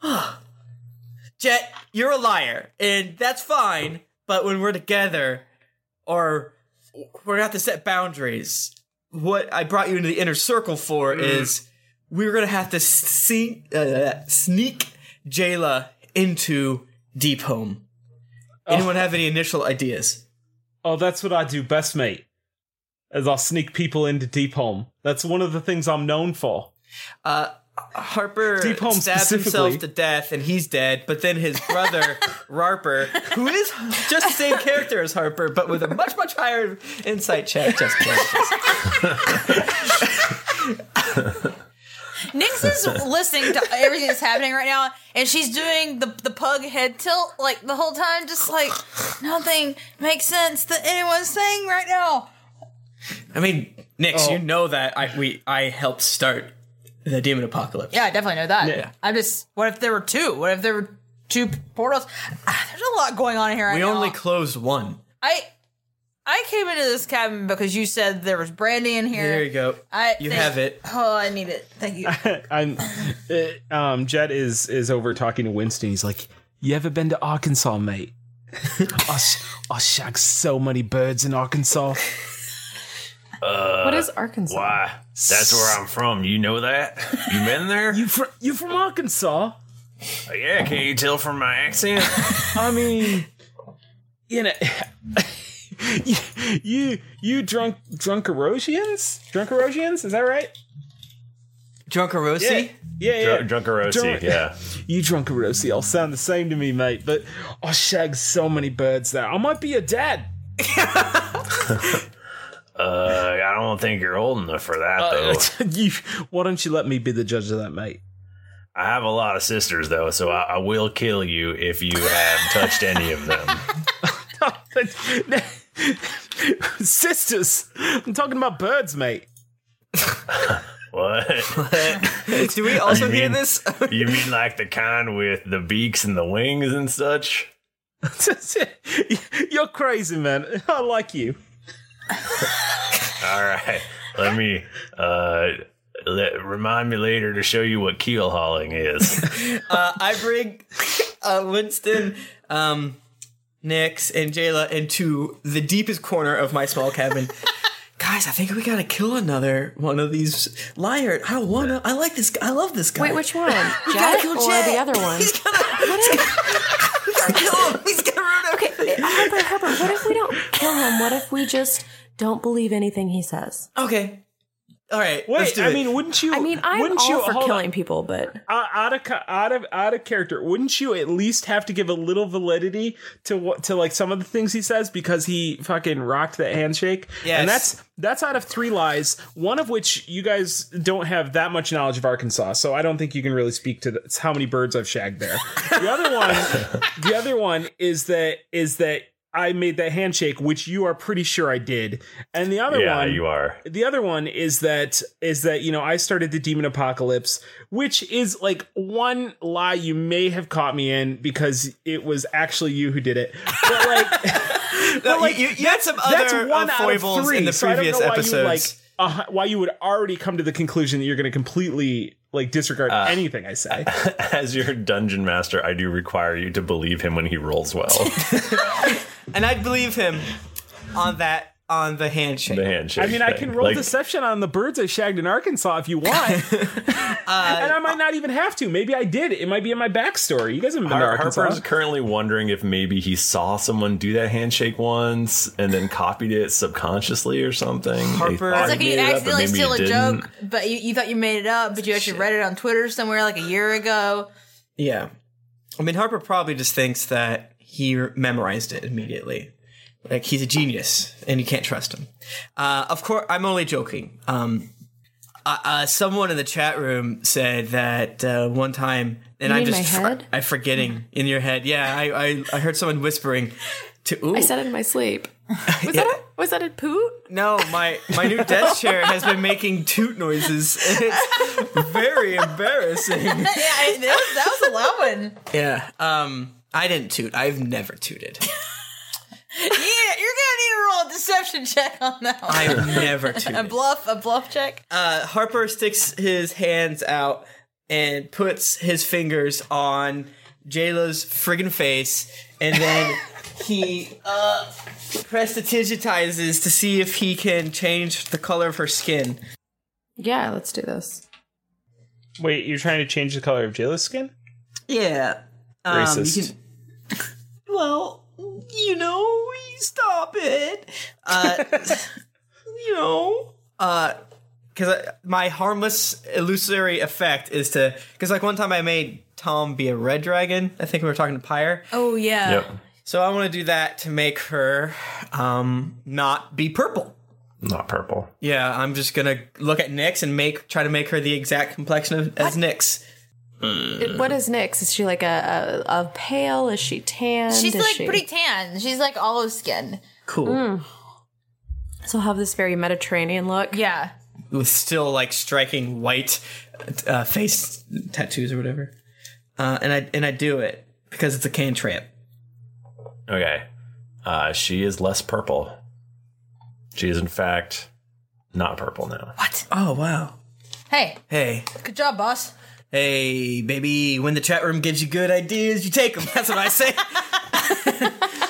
E: Ah. Jet, you're a liar, and that's fine. But when we're together, or we're gonna have to set boundaries. What I brought you into the inner circle for
H: Mm.
E: is we're gonna have to see, uh, sneak Jayla into Deep Home. Anyone have any initial ideas?
H: Oh, that's what I do best, mate. as I'll sneak people into Deep Home. That's one of the things I'm known for.
E: Uh, Harper
H: Deep Home
E: stabbed
H: specifically.
E: himself to death and he's dead, but then his brother, Rarper, who is just the same character as Harper, but with a much, much higher insight check, just
D: Nix is listening to everything that's happening right now, and she's doing the the pug head tilt like the whole time, just like nothing makes sense that anyone's saying right now.
E: I mean, oh. Nix, you know that I we I helped start the demon apocalypse.
D: Yeah, I definitely know that.
E: Yeah.
D: I'm just. What if there were two? What if there were two portals? Ah, There's a lot going on here. Right
E: we
D: now.
E: only closed one.
D: I I came into this cabin because you said there was brandy in here.
H: There you go.
D: I
H: You
D: thank-
H: have it.
D: Oh, I need it. Thank you.
H: I'm uh, um Jet is is over talking to Winston. He's like, "You ever been to Arkansas, mate? I, sh- I shagged so many birds in Arkansas.
A: Uh,
H: What is Arkansas?
A: Why? That's where I'm from. You know that? You been there?
H: You from you from Arkansas?
A: Yeah. Can't you tell from my accent?
H: I mean, you know, you you, you drunk drunk erosians, drunk erosians. Is that right?
E: Drunk erosi?
H: Yeah, yeah. yeah.
A: Drunk- drunkerosi, yeah.
H: You drunk erosi all sound the same to me, mate. But I shag so many birds there. I might be a dad.
A: Uh, I don't think you're old enough for that
H: Uh,
A: though.
H: you, why don't you let me be the judge of that, mate?
A: I have a lot of sisters though, so I, I will kill you if you have touched any of them.
H: Sisters, I'm talking about birds, mate.
A: What?
E: Do we also
A: You
E: hear
A: mean-
E: this?
A: you mean like the kind with the beaks and the wings and such?
H: You're crazy, man. I like you.
A: All right. Let me uh let, remind me later to show you what keel hauling is.
E: uh, I bring uh, Winston, um, Nix, and Jayla into the deepest corner of my small cabin. Guys, I think we gotta kill another one of these liar. I don't wanna. I like this. guy. I love this guy.
C: Wait, which one?
E: We gotta
C: Jack
E: kill
C: or
E: Jack.
C: the other one?
E: He's
C: gonna, kill him. He's gonna ruin everything. Okay, Herbert, Herbert, what if we don't kill him? What if we just don't believe anything he says?
E: Okay. All right.
H: Wait,
C: let's do
H: I
C: it.
H: mean, wouldn't you?
C: I mean, I'm
H: wouldn't
C: all
H: you,
C: for
H: hold
C: killing
H: on.
C: people, but
H: Uh, out of ca- out of out of character, wouldn't you at least have to give a little validity to what to like some of the things he says because he fucking rocked that handshake?
E: Yes.
H: and that's that's out of three lies, one of which you guys don't have that much knowledge of Arkansas, so I don't think you can really speak to the, how many birds I've shagged there. The other one, the other one is that is that. I made that handshake, which you are pretty sure I did, and the other
A: yeah,
H: one
A: you are.
H: the other one is that is that you know I started the demon apocalypse, which is like one lie you may have caught me in because it was actually you who did it. But like,
E: No, you, you, you had some
H: that's
E: other
H: one
E: uh,
H: out of
E: foibles
H: three.
E: in the
H: so I don't
E: previous
H: know why You, like,
E: episodes.
H: uh, why you would already come to the conclusion that you're going to completely like disregard
E: Uh.
H: anything I say?
A: As your dungeon master, I do require you to believe him when he rolls well.
E: and I'd believe him on that on the handshake.
A: the handshake.
H: I mean, I
A: thing.
H: can roll
A: Like,
H: deception on the birds I shagged in Arkansas if you want, and I might not even have to. Maybe I did. It might be in my backstory. You guys haven't been to
A: Har-
H: Arkansas.
A: Harper's currently wondering if maybe he saw someone do that handshake once and then copied it subconsciously or something.
E: Harper-
D: It's like you accidentally steal a joke, but you, you thought you made it up, but you actually read it on Twitter somewhere like a year ago.
E: Yeah. I mean, Harper probably just thinks that he memorized it immediately. Like, he's a genius and you can't trust him. Uh, of course, I'm only joking. Um, uh, uh, someone in the chat room said that uh, one time, and
C: You
E: I'm
C: mean
E: just
C: my
E: fr-
C: head?
E: I'm forgetting in your head. Yeah, I, I, I heard someone whispering to. Ooh.
C: I said it in my sleep.
E: Was
C: that a was that a poot?
E: No, my my new desk chair has been making toot noises. And it's very embarrassing.
D: yeah, I- that, was, that was a loud one.
E: Yeah. Um. I didn't toot. I've never tooted.
D: Yeah, you're gonna need to roll a deception check on that one.
E: I've never tooted.
D: a bluff, a bluff check.
E: uh, Harper sticks his hands out and puts his fingers on Jayla's friggin' face, and then he uh, prestidigitizes to see if he can change the color of her skin.
C: Yeah, let's do this.
H: Wait, you're trying to change the color of Jayla's skin?
E: Yeah. Um, you
H: Racist.
E: can- well, you know, stop it. Uh, you know, uh, because my harmless illusory effect is to because like one time I made Tom be a red dragon. I think we were talking to Pyre.
D: Oh yeah.
E: So I want to do that to make her um not be purple.
A: Not purple.
E: Yeah, I'm just gonna look at Nyx and make try to make her the exact complexion of, as Nyx.
C: What is Nyx? Is she like a a, a pale? Is she tan?
D: She's
C: Is
D: like
C: she-
D: pretty tan. She's like olive skin.
E: Cool.
C: Mm. So I'll have this very Mediterranean look.
D: Yeah.
E: with still like striking white uh, face tattoos or whatever. Uh, and I and I do it because it's a cantrip.
A: Okay. Uh, she is less purple. She is, in fact, not purple now.
E: What? Oh wow!
D: Hey,
E: Hey,
D: good job, boss.
E: hey, baby! When the chat room gives you good ideas, you take them. That's what I say.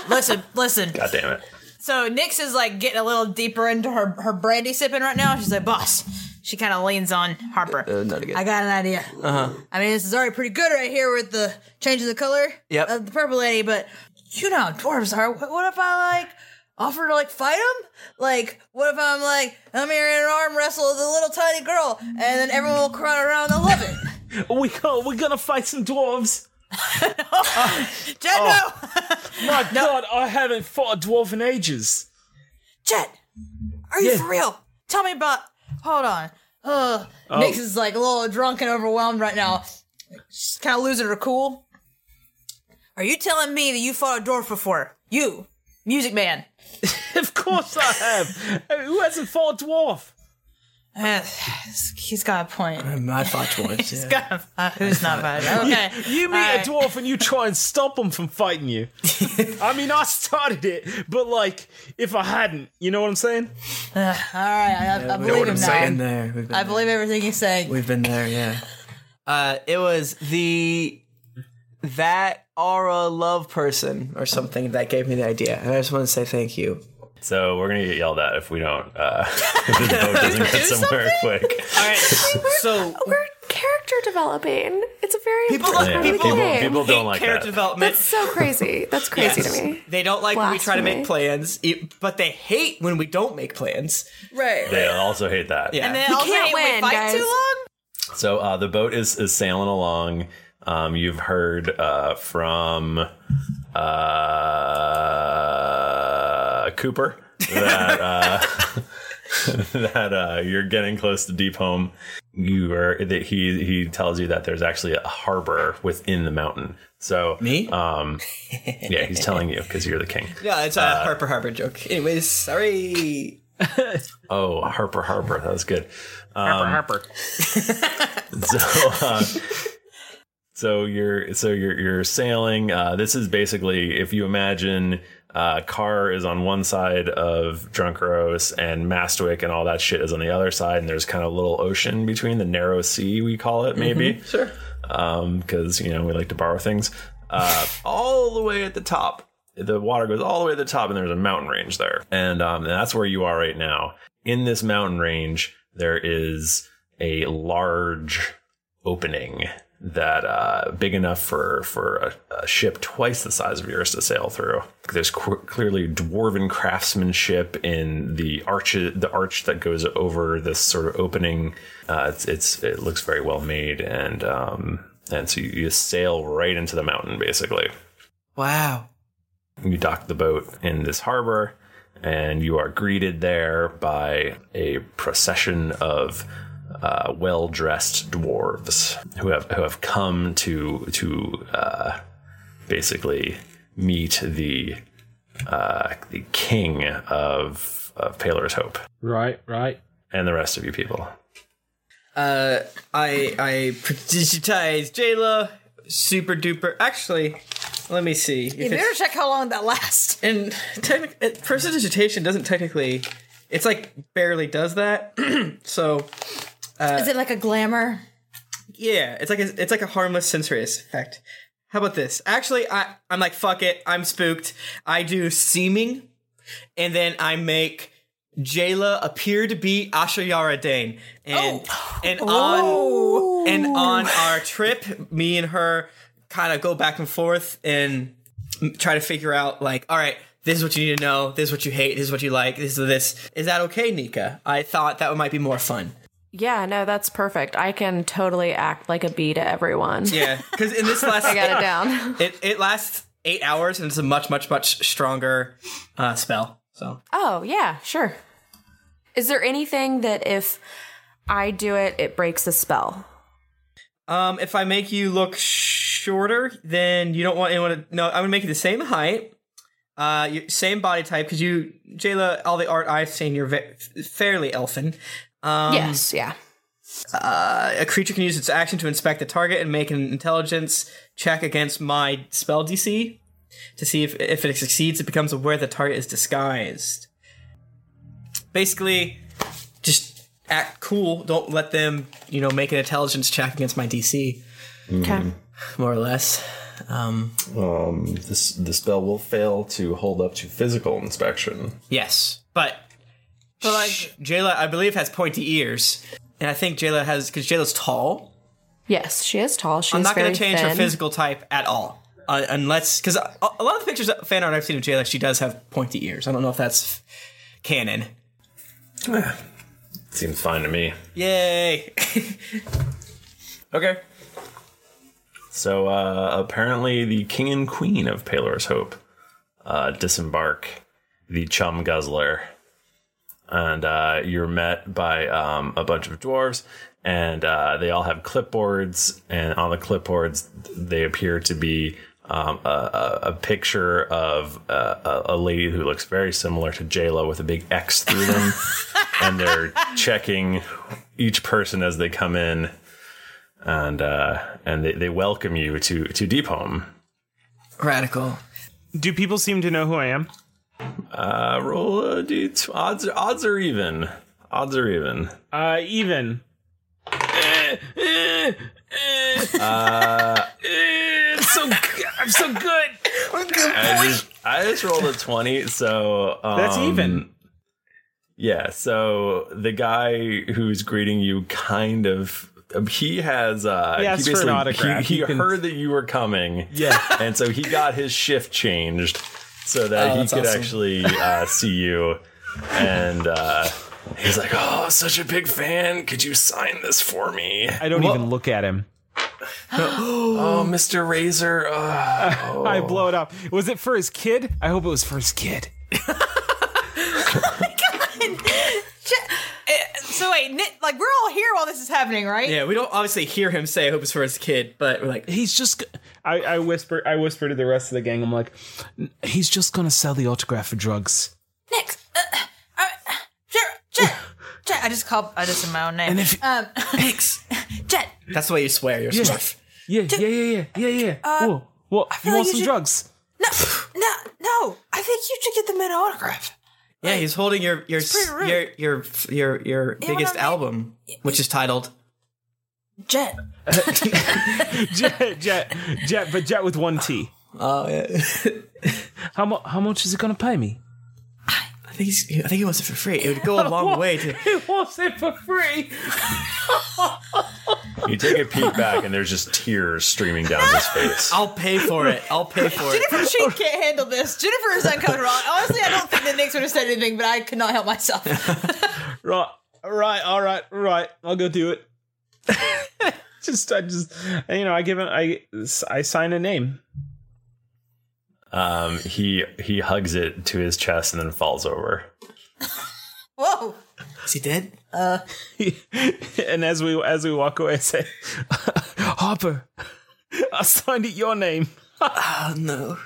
D: listen, listen.
A: God damn it!
D: So Nyx is like getting a little deeper into her her brandy sipping right now. She's like, boss. She kind of leans on Harper.
E: Uh, not again.
D: I got an idea.
E: Uh huh.
D: I mean, this is already pretty good right here with the change of the color
E: Yep.
D: of the purple lady, but you know how dwarves are. What, what if I like offer to like fight them? Like, what if I'm like, I'm here in an arm wrestle with a little tiny girl, and then everyone will crowd around and love it?
H: Oh, we go. We're gonna fight some dwarves.
D: Jet,
H: no. My God, I haven't fought a dwarf in ages.
D: Jet, are you for real? Tell me about. Hold on. Ugh.
H: Oh.
D: Nyx is like a little drunk and overwhelmed right now. She's kind of losing her cool. Are you telling me that you fought a dwarf before? You, Music Man.
H: of course I have. Who hasn't fought a dwarf?
D: Uh, he's got a point.
E: I fought dwarves.
D: He's got a uh, Who's not bad? Okay.
H: You, you meet
D: All right.
H: a dwarf and you try and stop them from fighting you. I mean, I started it, but like, if I hadn't, you know what I'm saying?
D: Ugh, all right, I, I, believe him now.
E: there. We've been
D: I believe everything he's saying.
E: We've been there, yeah. Uh, it was the that aura love person or something that gave me the idea, and I just want to say thank you.
A: So we're gonna get yelled at if we don't. Uh, if this boat doesn't get somewhere quick.
E: so
C: we're character developing. It's a very
E: People-
C: important
A: Yeah,
C: part of the
A: people-
C: game.
A: people don't Hate like
E: character that. development.
C: That's so crazy. That's crazy to me.
E: They don't like when we try to make
C: Blasphemy.
E: plans, e- but they hate when we don't make plans.
D: Right.
A: They also hate that.
E: Yeah.
D: And also
C: can't
D: hate when we
C: win,
D: fight
C: guys.
D: too long.
A: So uh, the boat is is sailing along. Um, you've heard uh, from uh, Cooper that uh, that uh, you're getting close to deep home. You are that he he tells you that there's actually a harbor within the mountain. So me, um, yeah, he's telling you because you're the king.
E: Yeah, it's a
A: Uh,
E: Harper Harbor joke. Anyways, sorry.
A: Oh, Harper Harper, that was good. Um,
H: Harper.
A: so uh, so you're so you're you're sailing uh, this is basically if you imagine uh, Carr is on one side of Drunkeros and Mastwick and all that shit is on the other side, and there's kind of a little ocean between the narrow sea, we call it maybe.
E: Mhm, sure.
A: Because, you know, we like to borrow things. Uh, all the way at the top, the water goes all the way to the top, and there's a mountain range there. And, um, and that's where you are right now. In this mountain range, there is a large opening that uh, big enough for for a, a ship twice the size of yours to sail through. There's qu- clearly dwarven craftsmanship in the arch the arch that goes over this sort of opening. Uh, it's, it's it looks very well made and um, and so you, you sail right into the mountain basically.
E: Wow.
A: You dock the boat in this harbor, and you are greeted there by a procession of uh, well-dressed dwarves who have who have come to to uh, basically meet the uh, the king of of Paler's Hope
H: Right, right.
A: and the rest of you people.
E: Uh, I I digitized Jayla. Super duper. Actually, let me see. if
D: You
E: it's-
D: better check how long that lasts.
E: And technic- prestidigitation doesn't technically. It's like barely does that. so, uh,
D: is it like a glamour?
E: yeah, it's like a, it's like a harmless sensory effect. How about this? Actually, I I'm like fuck it. I'm spooked. I do seeming, and then I make Jayla appear to be Asha Yara Dane, and and on and on our trip, me and her kind of go back and forth and m- try to figure out like, all right, this is what you need to know, this is what you hate, this is what you like, this is this. Is that okay, Nika? I thought that might be more fun.
C: Yeah, no, that's perfect. I can totally act like a bee to everyone.
E: Yeah, because in this last,
C: I got it down.
E: It it lasts eight hours, and it's a much, much, much stronger uh, spell. So
C: Oh, yeah, sure. Is there anything that if I do it, it breaks a spell?
E: Um, if I make you look shorter, then you don't want anyone to. No, I'm gonna make you the same height, uh, you- same body type because you, Jayla, all the art I've seen, you're ve- fairly elfin. Um,
C: Yes, yeah.
E: Uh, a creature can use its action to inspect the target and make an intelligence check against my spell DC to see if if it succeeds. It becomes aware the target is disguised. Basically, just act cool. Don't let them, you know, make an intelligence check against my DC Mm-hmm.
C: Okay.
E: more or less. Um,
A: Mm-hmm. um, this the spell will fail to hold up to physical inspection.
E: Yes, but but like Jayla, I believe has pointy ears, and I think Jayla has because Jayla's tall.
C: Yes, she is tall. She's
E: I'm not
C: going
E: gonna
C: to
E: change her physical type at all, uh, unless because a, a lot of the pictures of fan art I've seen of Jayla, she does have pointy ears. I don't know if that's canon.
A: Seems fine to me.
E: Yay! okay.
A: So uh, apparently, the king and queen of Palor's Hope uh, disembark the Chum Guzzler, and uh, you're met by um, a bunch of dwarves, and uh, they all have clipboards, and on the clipboards they appear to be um, a, a, a picture of uh, a, a lady who looks very similar to Jayla with a big X through them, and they're checking each person as they come in and uh, and they, they welcome you to to Deep Home.
E: Radical.
H: Do people seem to know who I am?
A: Uh, roll a d tw- odds odds are even. Odds are even.
H: Uh, even.
A: Uh,
H: it's so good. I'm so good.
A: I just I just rolled a twenty, so um,
H: That's even.
A: Yeah, so the guy who's greeting you kind of he has uh
H: He asked
A: he
H: for an
A: basically
H: autograph.
A: he, he
H: You can-
A: heard that you were coming.
H: Yeah.
A: And so he got his shift changed so
E: Oh,
A: that he
E: that's
A: could
E: awesome.
A: actually uh, see you and uh he's like, "Oh, such a big fan. Could you sign this for me?"
H: I don't even look at him.
A: oh, Mr. Razor. oh.
H: I blow it up. Was it for his kid? I hope it was for his kid.
D: Eh, So wait, Ni- like we're all here while this is happening, right?
E: Yeah, we don't obviously hear him say "I hope it's for his kid," but we're like,
H: he's just. I, I whisper. I whisper to the rest of the gang. I'm like, he's just gonna sell the autograph for drugs.
D: uh, Jet, I just call. I just said my own name. And if um, Jet,
E: That's the way you swear. You're
H: yeah.
E: smurf.
H: Yeah, yeah, yeah, yeah, yeah, yeah.
D: Uh,
H: Whoa, whoa, you
D: like
H: want
D: you
H: some
D: should-
H: drugs?
D: no, no, I think you should get the man an autograph.
E: Yeah, he's holding your your
D: pretty rude.
E: your your your your
D: Yeah,
E: biggest
D: but I
E: album, which is titled
D: Jet,
H: jet, jet, jet, but jet with one T.
E: Oh yeah.
H: how mu- How much is it gonna pay me?
E: I think he's, I think he wants it for free. It would go a long way to.
H: He wants it for free.
A: You take a peek back, and there's just tears streaming down his face.
E: I'll pay for it. I'll pay for it.
D: Jennifer, she can't handle this. Jennifer is uncomfortable. Honestly, I don't think the Knicks would have said anything, but I could not help myself.
H: Right, right, all right, right. I'll go do it. just, I just, you know, I give him, I, I sign a name.
A: Um, he he hugs it to his chest and then falls over.
D: Whoa.
E: Is he dead?
D: Uh,
H: and as we as we walk away, I say, Harper, I signed it your name.
E: Oh no.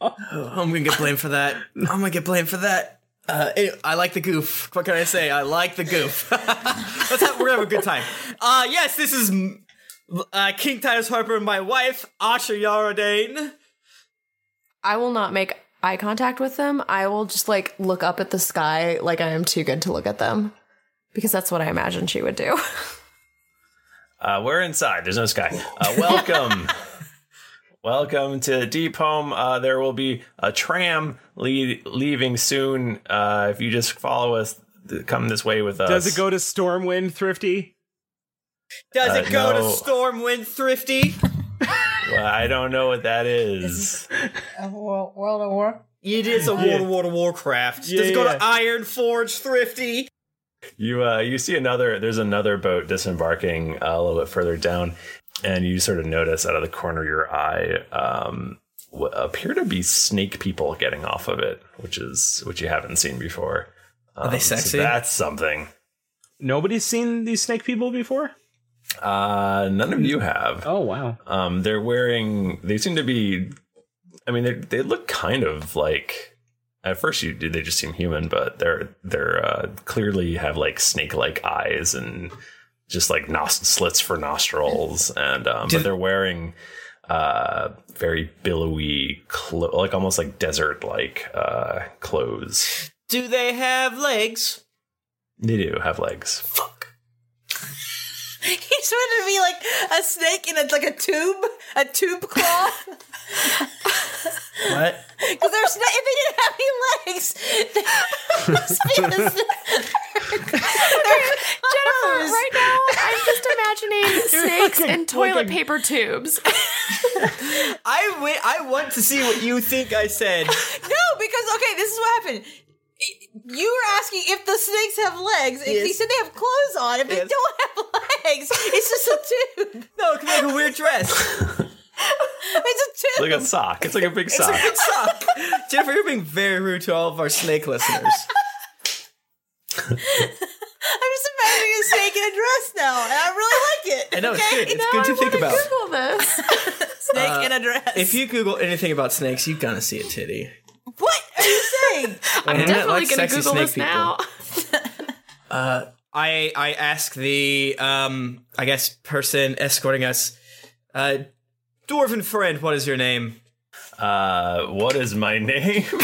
E: Oh, I'm gonna get blamed for that. I'm gonna get blamed for that. Uh, anyway, I like the goof. What can I say? I like the goof. Let's have, we're gonna have a good time. Uh, yes, this is mm, uh, King Titus Harper and my wife, Asha Yaradane.
C: I will not make eye contact with them. I will just like look up at the sky like I am too good to look at them because that's what I imagine she would do.
A: Uh, we're inside. There's no sky. Uh, welcome, welcome to Deep Home. Uh, there will be a tram le- leaving soon. Uh, if you just follow us, th- come this way with us.
H: Does it go to Stormwind, Thrifty?
E: Does
A: Uh,
E: it go
A: no.
E: to Stormwind Thrifty?
A: Well, I don't know what that is.
K: World, World of War.
E: It is a World of War Warcraft.
A: Yeah,
E: Does it go
A: yeah.
E: to Iron Forge Thrifty?
A: You uh, you see another. There's another boat disembarking uh, a little bit further down, and you sort of notice out of the corner of your eye um, what appear to be snake people getting off of it, which is which you haven't seen before.
E: Are they
A: Um, so
E: sexy?
A: that's something.
H: Nobody's seen these snake people before?
A: Uh, none of you have.
H: Oh wow.
A: Um, they're wearing. They seem to be. I mean, they they look kind of like. At first, you they just seem human, but they're they're uh, clearly have like snake like eyes and just like nos- slits for nostrils, and um, but they're wearing uh very billowy clo- like almost like desert like uh clothes
E: Do they have legs?
A: they do have legs
D: He's going to be like a snake in a, like a tube, a tube claw.
E: What?
D: Because they're sna- if they didn't have any legs, they must be a snake.
C: Jennifer, right now I'm just imagining
D: You're
C: snakes
D: like a-
C: and toilet
E: like a-
C: paper tubes.
E: I wi- I want to see what you think I said.
D: No, because okay, this is what happened. You were asking if the snakes have legs. and He
E: Yes.
D: said they have clothes on. If they don't have legs, it's just a tube.
E: No, it's like a weird dress.
D: it's a tube.
A: like a sock it's like a big
E: It's a
A: sock
E: big sock. Jennifer, you're being very rude to all of our snake listeners.
D: I'm just imagining a snake in a dress now, and I really like it.
E: I know, it's good. It's good to
D: I
E: think
D: wanna
E: about.
D: Google this. snake
E: Uh,
D: in a dress.
E: If you Google anything about snakes, you're gonna see a titty.
D: What are you saying?
E: I'm Internet definitely likes gonna sexy Google snake this people. now. Uh, I I ask the um I guess person escorting us, uh, dwarven friend, what is your name?
A: Uh, what is my name?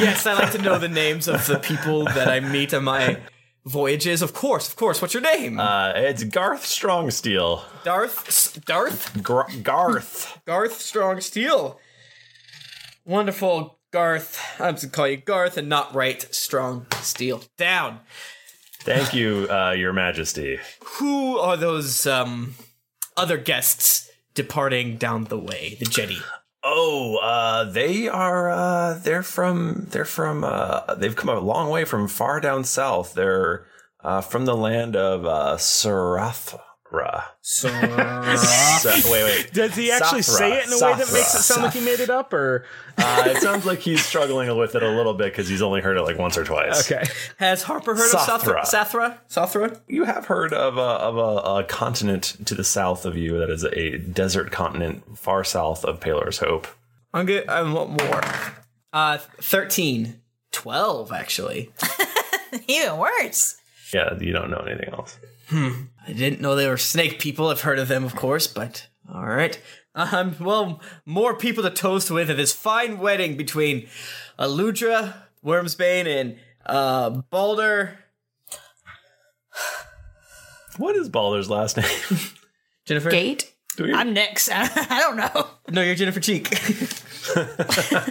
E: yes, I like to know the names of the people that I meet on my voyages. Of course, of course. What's your name?
A: Uh, it's Garth Strongsteel.
E: Darth. S- Darth.
A: Gr- Garth.
E: Garth Strong Steel. Wonderful, Garth. I'm just gonna call you Garth and not right Strong Steel. Down.
A: Thank you, uh, Your Majesty.
E: Who are those um other guests departing down the way? The jetty.
A: Oh, uh, they are. Uh, they're from. They're from. Uh, they've come a long way from far down south. They're uh, from the land of uh, Sarathra. Sa- wait, wait.
H: Does he actually
A: Sathra.
H: say it in a way that
A: Sathra.
H: makes it sound like he made it up, or
A: Uh, it sounds like he's struggling with it a little bit because he's only heard it like once or twice.
H: Okay.
E: Has Harper heard
A: Sothra.
E: of Sathra? Sathra? Sathra?
A: You have heard of a, of a, a continent to the south of you that is a desert continent far south of Paler's Hope.
E: I'm good. I want more. Uh, thirteen. Twelve, actually.
D: Even worse.
A: Yeah, you don't know anything else.
E: Hmm. I didn't know they were snake people. I've heard of them, of course, but all right. Um, well, more people to toast with at this fine wedding between Aludra, Wormsbane, and uh, Balder.
A: What is Balder's last name?
E: Jennifer?
C: Gate?
D: I'm next. I don't know.
E: No, you're Jennifer Cheek.
A: I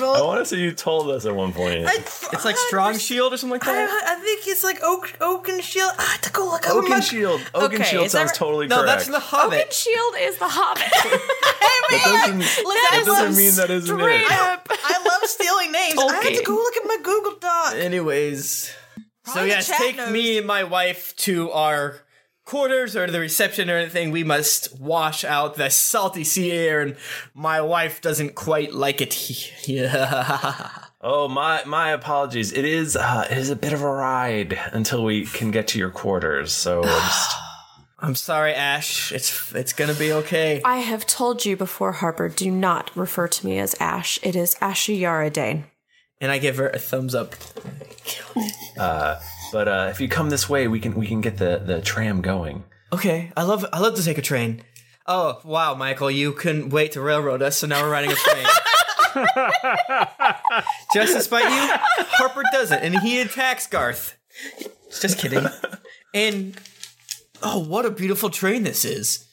A: want to say you told us at one point.
E: It's like Strong Shield or something like that.
D: I, I think it's like oak, oak and shield. I have to go look
A: Oak
D: up.
A: and Shield. Oak and Shield sounds totally
E: No,
A: correct.
E: that's the Hobbit.
C: Oaken Shield is the Hobbit.
A: That doesn't, that doesn't mean that isn't it.
D: I love stealing names. I have to
E: Tolkien.
D: go look at my Google Doc.
E: Anyways.
D: Probably the
E: so yes,
D: chat
E: take
D: knows.
E: me and my wife to our quarters or to the reception or anything. We must wash out the salty sea air, and my wife doesn't quite like it. yeah.
A: Oh my my apologies. It is uh, it is a bit of a ride until we can get to your quarters. So I'm just,
E: I'm sorry, Ash. It's it's gonna be okay.
C: I have told you before, Harper, do not refer to me as Ash. It is Ashiyara Dane.
E: And I give her a thumbs up.
A: uh, but uh, if you come this way, we can we can get the the tram going.
E: Okay, I love I love to take a train. Oh wow, Michael, you couldn't wait to railroad us, so now we're riding a train. Just despite you, Harper doesn't, and he attacks Garth. Just kidding. And oh, what a beautiful train this is!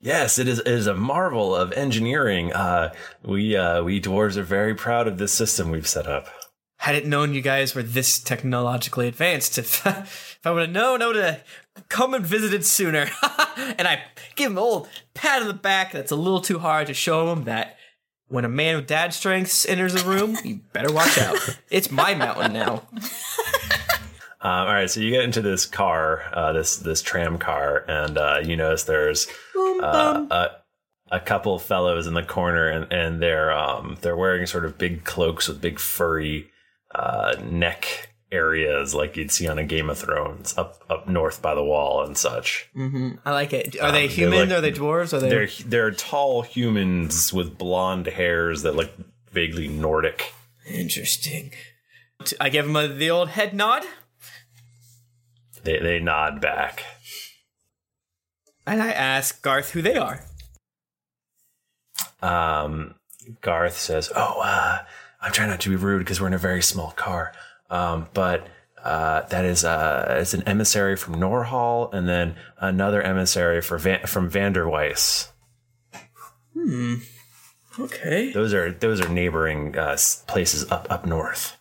A: Yes, it is it is a marvel of engineering. Uh, we uh, we dwarves are very proud of this system we've set up.
E: had it known you guys were this technologically advanced, if if I would have known, I would have come and visited sooner. and I give him an old pat on the back that's a little too hard to show him that when a man with dad strengths enters a room, you better watch out. it's my mountain now.
A: Um, all right, so you get into this car, uh, this this tram car, and uh, you notice there's uh, a, a couple of fellows in the corner, and, and they're um, they're wearing sort of big cloaks with big furry uh, neck areas, like you'd see on a Game of Thrones, up up north by the wall and such.
E: hmm I like it. Are
A: Um,
E: they
A: they're
E: human?
A: like-
E: are they dwarves? Are they?
A: They're they're tall humans with blonde hairs that look vaguely Nordic.
E: Interesting. T- I give him a, the old head nod,
A: They they nod back.
E: and I ask Garth who they are.
A: Um, Garth says, "Oh, uh, I'm trying not to be rude because we're in a very small car, um, but uh, that is uh, it's an emissary from Norhall, and then another emissary for Van- from Vanderweiss.
E: Hmm. Okay.
A: Those are those are neighboring uh, s- places up up north.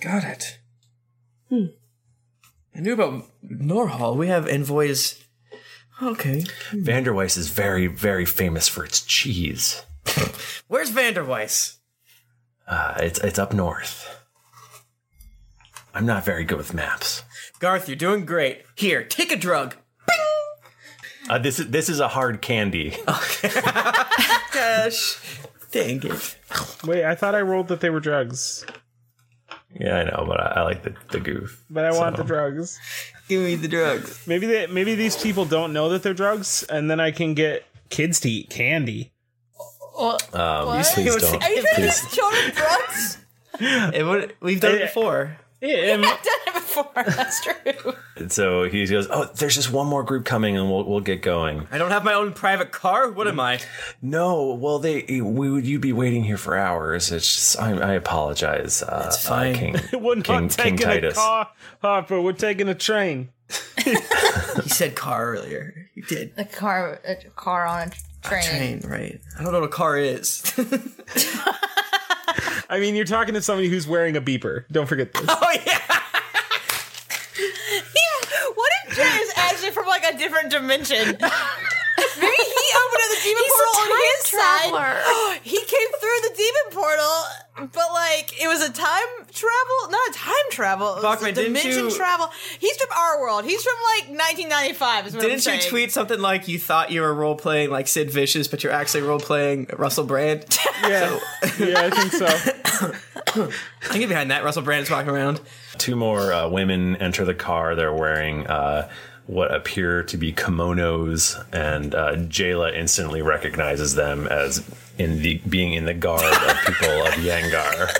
E: Got it. Hmm. I knew about Norhall. We have envoys. eh? Okay.
A: Vanderweiss is very very famous for its cheese.
E: Where's Vanderweiss?
A: Uh, it's it's up north. I'm not very good with maps.
E: Garth, you're doing great. Here, take a drug.
A: Uh, this is this is a hard candy.
E: Oh, Gosh. Dang it.
H: Wait, I thought I rolled that they were drugs,
A: Yeah, I know, but I, I like the, the goof.
H: but I want
A: So-
H: the drugs.
E: Give me the drugs.
H: Maybe they, maybe these people don't know that they're drugs, and then I can get kids to eat candy.
A: Um,
E: Uh,
H: What? please don't.
D: Are you trying
H: Please.
D: to give children drugs?
E: It would, we've done
A: Yeah.
E: it before.
H: Yeah,
D: I've done it before. That's true.
A: And so he goes, "Oh, there's just one more group coming, and we'll we'll get going."
E: I don't have my own private car. What am I?
A: No, well, they we would you'd be waiting here for hours. It's just I, I apologize. Uh, uh,
H: fine.
A: King,
H: We're not
A: King, King
H: taking a
A: Titus.
H: car, Harper. We're taking a train.
E: he said car earlier. He did.
L: A car, a car on a train.
E: Train, right? I don't know what a car is.
H: I mean, you're talking to somebody who's wearing a beeper. Don't forget this.
D: Oh, Yeah. What if Jay is actually from like a different dimension? Maybe he opened up the demon
C: He's a
D: portal on
C: time
D: his
C: traveler.
D: side. he came through the demon portal, but like it was a time travel, not a time travel. It was
E: Bachman,
D: a
E: didn't
D: dimension
E: you-
D: travel. He's from our world. He's from like 1995. Is what I'm
E: Didn't you
D: saying.
E: tweet something like you thought you were role playing like Sid Vicious, but you're actually role playing Russell Brand?
H: Yeah, yeah, I think so.
E: I can get behind that. Russell Brand is walking around.
A: Two more uh, women enter the car. They're wearing uh, what appear to be kimonos, and uh, Jayla instantly recognizes them as in the being in the guard of people of Yangar.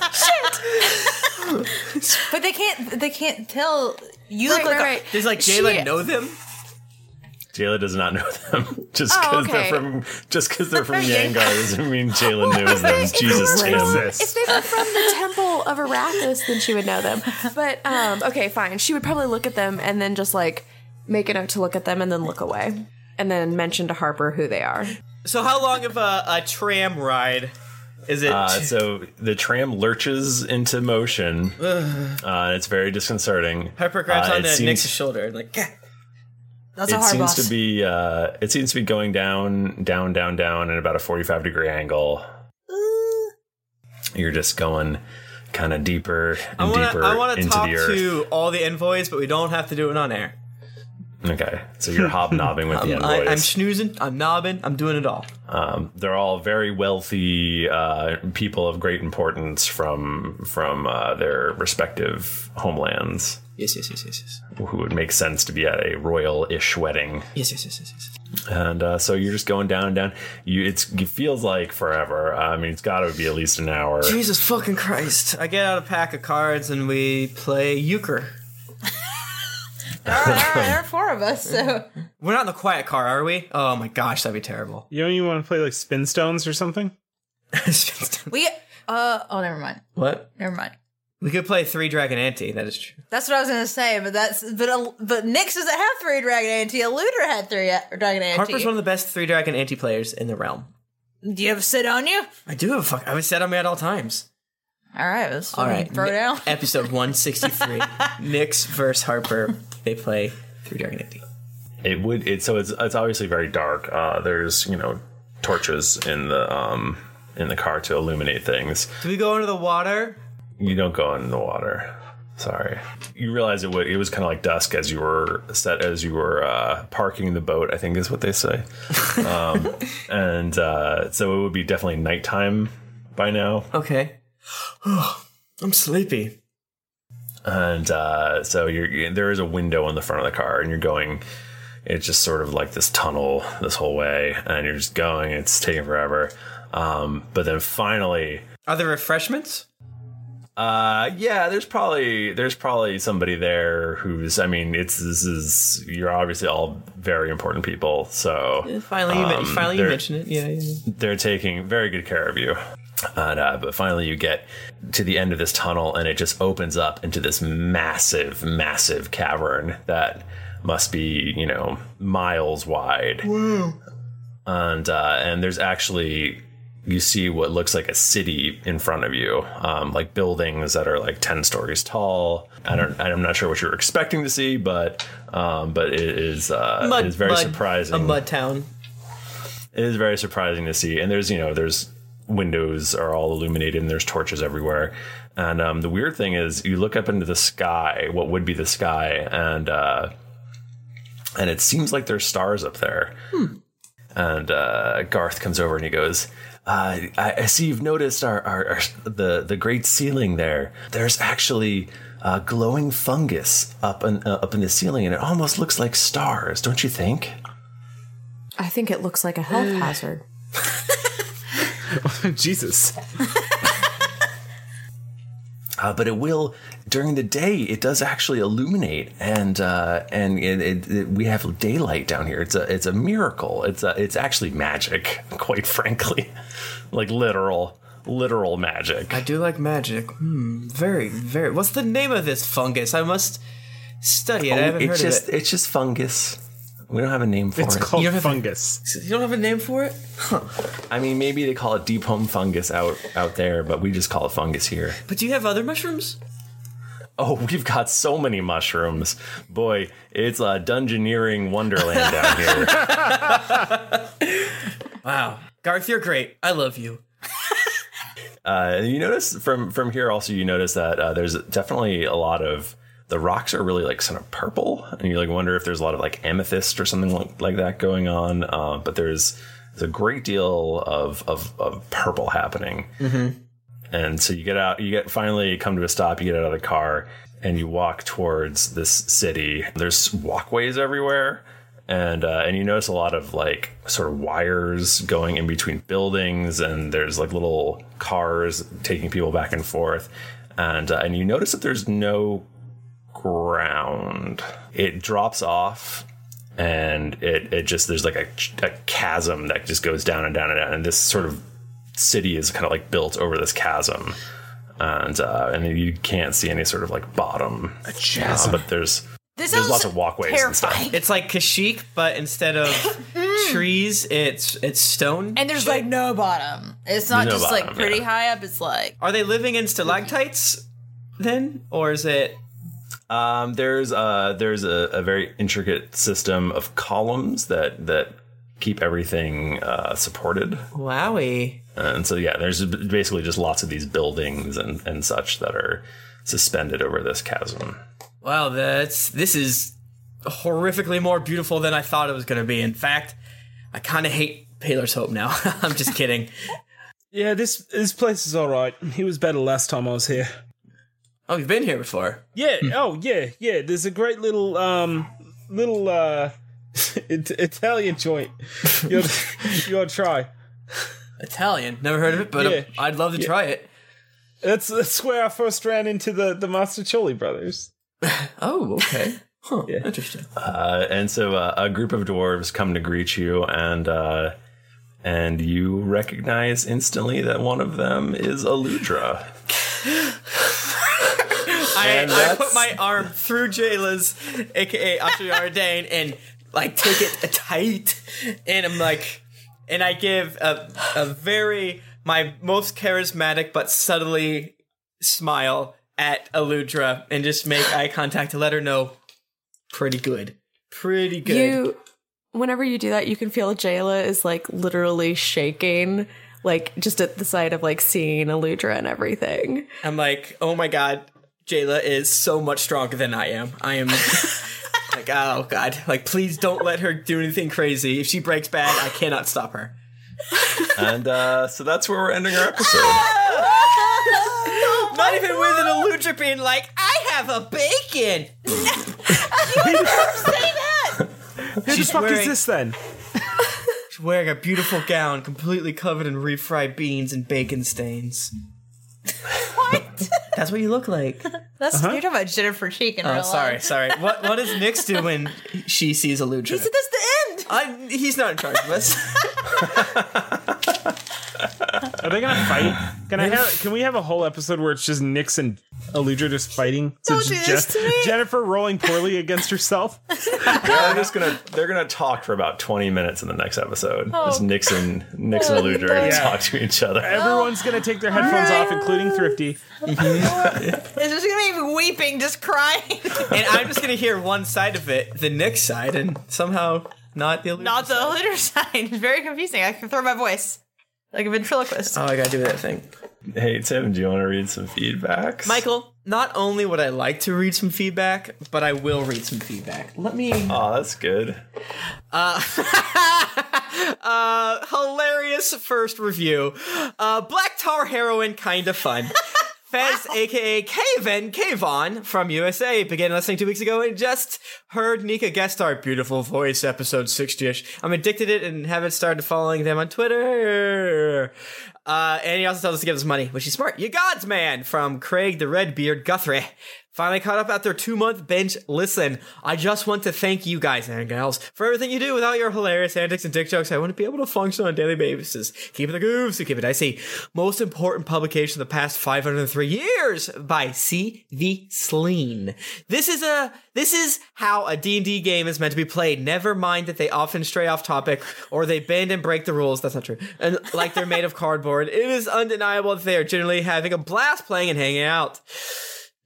L: Shit. but they can't. They can't tell. You look like a,
E: Does like Jayla know them?
A: Jayla does not know them just
L: Oh,
A: because
L: okay.
A: they're from just because they're from
C: Yeah.
A: Yangar doesn't mean Jayla knows them.
C: If they
A: Jesus,
C: were
A: Tim.
C: from- If they were from the temple of Arathis, then she would know them. But um, okay, fine. She would probably look at them and then just like make a note to look at them and then look away and then mention to Harper who they are.
E: So how long of a, a tram ride is it?
A: Uh, so the tram lurches into motion.
E: Ugh.
A: Uh, it's very disconcerting.
E: Harper grabs
A: Uh,
E: onto
A: it seems-
E: Nick's shoulder and like, "Gah."
A: it seems to be uh, it seems to be going down, down, down, down at about a forty-five degree angle. You're just going kind of deeper and
E: I want
A: deeper
E: to. I want to
A: into
E: talk
A: the earth.
E: to all the envoys, but we don't have to do it on air.
A: Okay, so you're hobnobbing with the
E: I'm,
A: envoys.
E: I, I'm snoozing. I'm nobbing. I'm doing it all.
A: Um, they're all very wealthy uh, people of great importance from from uh, their respective homelands.
E: Yes, yes, yes, yes, yes.
A: Who would make sense to be at a royal-ish wedding?
E: Yes, yes, yes, yes, yes.
A: And uh, so you're just going down and down. You it's it feels like forever. I mean, it's got to be at least an hour.
E: Jesus fucking Christ! I get out a pack of cards and we play euchre.
D: There are four of us, so
E: We're not in the quiet car, are we? Oh my gosh, that'd be terrible.
H: You don't even want to play like spin stones or something?
L: we. Uh oh, never mind.
E: What?
L: Never mind.
E: We could play three dragon ante. That is true.
D: That's what I was gonna say, but that's but uh, but Nyx doesn't have three dragon ante. Eluder had three a- dragon ante.
E: Harper's one of the best three dragon ante players in the realm.
D: Do you have a sit on you?
E: I do have a fuck. I would set on me at all times.
L: All right, let's fucking throw
E: Ni-
L: down.
E: Episode 163. Nyx versus Harper. They play Three Dragon Indie.
A: It would. It so it's it's obviously very dark. Uh, there's you know torches in the um in the car to illuminate things.
E: Do we go into the water?
A: You don't go in the water. Sorry. You realize it would. It was kind of like dusk as you were set as you were uh, parking the boat. I think is what they say. Um, and uh, so it would be definitely nighttime by now.
E: Okay. I'm sleepy.
A: And uh, so you're, you- there is a window on the front of the car, and you're going. It's just sort of like this tunnel this whole way, and you're just going. It's taking forever. Um, but then finally,
E: Are there refreshments?
A: uh, yeah, there's probably there's probably somebody there who's. I mean, it's this is you're obviously all very important people, so
E: Finally, you, men-
A: um,
E: finally you
A: they're-
E: mentioned it. Yeah, yeah. yeah.
A: they're taking very good care of you. And, uh, but finally, you get to the end of this tunnel, and it just opens up into this massive, massive cavern that must be, you know, miles wide.
K: Whoa.
A: And uh, and there's actually you see what looks like a city in front of you, um, like buildings that are like ten stories tall. I don't, I'm not sure what you were expecting to see, but um, but it is uh,
E: Mud-
A: it is very
E: mud-
A: surprising
E: A mud town.
A: it is very surprising to see and there's you know there's windows are all illuminated and there's torches everywhere and um, the weird thing is you look up into the sky what would be the sky and uh, and it seems like there's stars up there and uh, Garth comes over and he goes, uh, I, "I see you've noticed our, our, our the the great ceiling there. There's actually uh, glowing fungus up in, uh, up in the ceiling, and it almost looks like stars, don't you think?"
C: I think it looks like a health hazard.
A: Jesus. Uh, but it will during the day. It does actually illuminate, and uh, and it, it, it- we have daylight down here. It's a it's a miracle. It's a, it's actually magic, quite frankly, like literal literal magic.
E: I do like magic. Hmm, very, very. What's the name of this fungus? I must study it. I
A: Oh,
E: haven't
A: it's
E: heard
A: just
E: of it.
A: it's just fungus. We don't have a name for
E: It's
A: it.
E: called You don't have a-
A: fungus.
E: You don't have a name for it?
A: I mean, maybe they call it deep home fungus out out there, but we just call it fungus here.
E: But do you have other mushrooms?
A: Oh, we've got so many mushrooms. Boy, it's a dungeoneering wonderland down here.
E: wow. Garth, you're great. I love you.
A: Uh, you notice from from here also you notice that uh, there's definitely a lot of the rocks are really like kind of purple, and you like wonder if there's a lot of like amethyst or something like, like that going on. Uh, but there's there's a great deal of of, of purple happening.
E: Mm-hmm.
A: And so you get out, you get finally come to a stop, you get out of the car, and you walk towards this city. There's walkways everywhere, and uh, and you notice a lot of like sort of wires going in between buildings, and there's like little cars taking people back and forth, and uh, and you notice that there's no ground. It drops off and it, it just there's like a, a chasm that just goes down and down and down and this sort of city is kind of like built over this chasm and uh and you can't see any sort of like bottom a
E: chasm.
A: but there's there's lots of walkways and stuff
E: It's like Kashyyk, but instead of trees, it's it's stone.
L: And there's like no bottom. It's not
E: There's no
L: just like
E: bottom,
L: pretty
E: yeah.
L: high up. It's like
E: Are they living in stalactites then? Or is it
A: Um, there's a there's a, a very intricate system of columns that that keep everything uh, supported.
E: Wowie!
A: And so yeah, there's basically just lots of these buildings and and such that are suspended over this chasm.
E: Wow, that's this is horrifically more beautiful than I thought it was going to be. In fact, I kind of hate Paler's Hope now. I'm just kidding.
H: Yeah, this this place is all right. It was better last time I was here.
E: Oh, you've been here before.
H: Yeah. Oh, yeah, yeah. There's a great little um little uh it- Italian joint. You'll you'll try.
E: Italian. Never heard of it, but
H: Yeah.
E: I'd love to
H: Yeah.
E: try it.
H: That's that's where I first ran into the the Masticholi brothers.
E: oh, okay. Huh,
A: Interesting. Uh, and so uh, a group of dwarves come to greet you, and uh, and you recognize instantly that one of them is Aludra.
E: I, I put my arm through Jayla's, aka Ashley Ardain, and like take it tight, and I'm like, and I give a, a very my most charismatic but subtly smile at Aludra and just make eye contact to let her know pretty good. Pretty good.
C: You, whenever you do that, you can feel Jayla is like literally shaking, like just at the sight of like seeing Aludra and everything.
E: I'm like, oh my god, Jayla is so much stronger than I am. I am like, oh god, like please don't let her do anything crazy. If she breaks bad, I cannot stop her.
A: and uh, so that's where we're ending our episode.
E: Not even with an Aludra being like, I have a bacon.
H: Who the fuck is this then?
E: She's wearing a beautiful gown, completely covered in refried beans and bacon stains. what? That's what you look like.
D: That's
E: Uh-huh.
D: you're talking about Jennifer Cheek in
E: Oh,
D: real
E: sorry,
D: life.
E: sorry. What what does Nyx do when she sees Aludra?
D: He said that's the end.
E: I, he's not in charge of us.
H: Are they gonna fight? Can I have? Can we have a whole episode where it's just Nix and Aludra just fighting?
A: Don't
H: it's
A: do
H: just
A: this to me.
H: Jennifer rolling poorly against herself.
A: they're just gonna they're gonna talk for about twenty minutes in the next episode.
H: Oh.
A: Just Nixon Nixon
H: Oh,
A: and Aludra are gonna
H: no.
A: talk to each other.
H: Everyone's gonna take their headphones off, including Thrifty.
D: It's just gonna be weeping, just crying.
E: and I'm just gonna hear one side of it, the Nyx side, and somehow not the Aludra.
D: Not the litter sign. It's very confusing. I can throw my voice like a ventriloquist.
E: Oh, I gotta do that thing.
A: Hey Tim, do you want to read some feedback?
E: Michael, not only would I like to read some feedback, but I will read some feedback. Let me.
A: Oh, that's good.
E: Uh, uh, hilarious first review. Uh, Black Tar Heroin, kinda fun. Fez, aka Kaven Kavon from USA, began listening two weeks ago and just heard Nika guest star beautiful voice episode 60 ish. I'm addicted to it and haven't started following them on Twitter. Uh, and he also tells us to give us money, which is smart. You gods, man! From Craig the Redbeard Guthrie. Finally caught up after a two month binge. Listen, I just want to thank you guys and gals for everything you do. Without your hilarious antics and dick jokes, I wouldn't be able to function on a daily basis. Keep it the grooves, keep it icy. Most important publication of the past 503 years by C. V. Sleen. This is a this is how a D&D game is meant to be played. Never mind that they often stray off topic or they bend and break the rules. That's not true. And like they're made of cardboard, it is undeniable that they are generally having a blast playing and hanging out.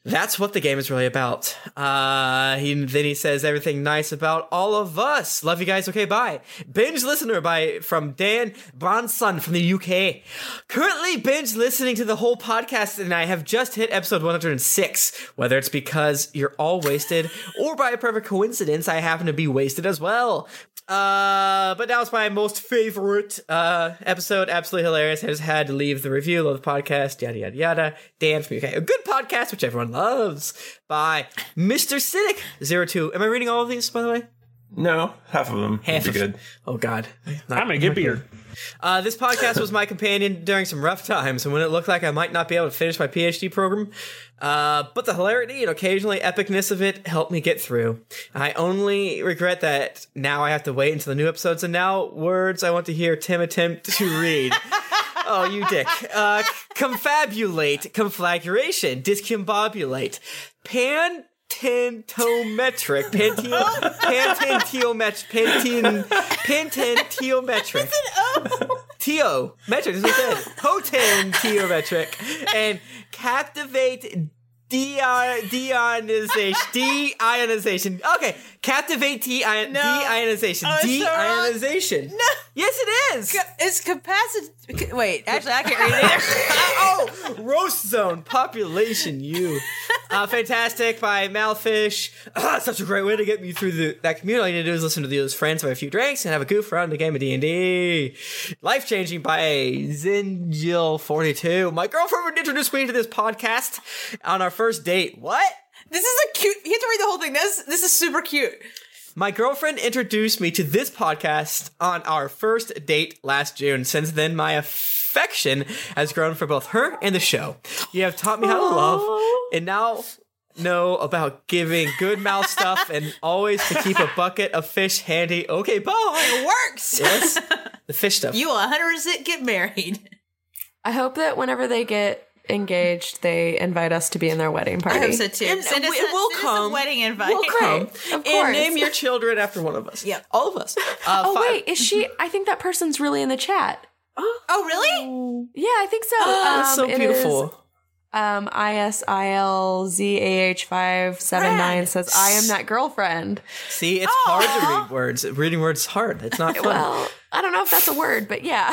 E: That's what the game is really about. Uh, he, then he says everything nice about all of us. Love you guys. Okay, bye. Binge listener by from Dan Bronson from the UK. Currently binge listening to the whole podcast, and I have just hit episode 106. Whether it's because you're all wasted, or by a perfect coincidence, I happen to be wasted as well. Uh, but now it's my most favorite uh episode. Absolutely hilarious. I just had to leave the review. Love the podcast. Yada yada yada. Dan from UK. A good podcast, which everyone loves. By Mr. Cynic 02 Am I reading all of these, by the way?
A: No, half of them.
E: Half
A: would be
E: of-
A: good.
E: Oh God,
H: I'm gonna get beer.
E: Uh, this podcast was my companion during some rough times, and when it looked like I might not be able to finish my PhD program, uh, but the hilarity and occasionally epicness of it helped me get through. I only regret that now I have to wait until the new episodes, and now words I want to hear Tim attempt to read. Oh, you dick. Uh, confabulate, conflagration, discombobulate, pantentometric, pantio, pantentiometric, pantin, pantentiometric. Teo metric, that's what I said. Potentiometric. And captivate Deion- deionization. Deionization. Okay. Captivate deion- deionization.
D: Oh, it's so wrong.
E: deionization. No. Yes, it is.
D: It's capacity. Wait, actually, I can't read it either.
E: oh, roast zone population. You, uh, fantastic by Malfish. Ah, Such a great way to get me through the, that community. All you need to do is listen to those friends, have a few drinks, and have a goof around the game of D and D. Life changing by Zinjil forty two. My girlfriend would introduce me to this podcast on our first date. What?
D: This is a cute. You have to read the whole thing. This this is super cute.
E: My girlfriend introduced me to this podcast on our first date last June. Since then, my affection has grown for both her and the show. You have taught me how to love, and now know about giving good mouth stuff and always to keep a bucket of fish handy. Okay, bye.
D: It works.
E: Yes, the fish stuff.
D: You will 100% get married.
C: I hope that whenever they get engaged, they invite us to be in their wedding party.
D: I hope so too.
E: And
D: send us
E: we-
D: a,
E: we'll
D: send Us
E: come.
D: a wedding invite.
E: We'll come.
C: Of
E: and
C: course.
E: name your children after one of us. Yeah, all of us. Uh,
C: oh
E: five-
C: wait, is she? I think that person's really in the chat.
D: Oh really?
C: Yeah, I think so.
E: Oh, that's so
C: Um, it is-
E: beautiful.
C: Um, ISILZAH579 says, I am that girlfriend.
E: See, it's hard to read words. Reading words is hard. It's not fun.
C: Well, I don't know if that's a word, but yeah.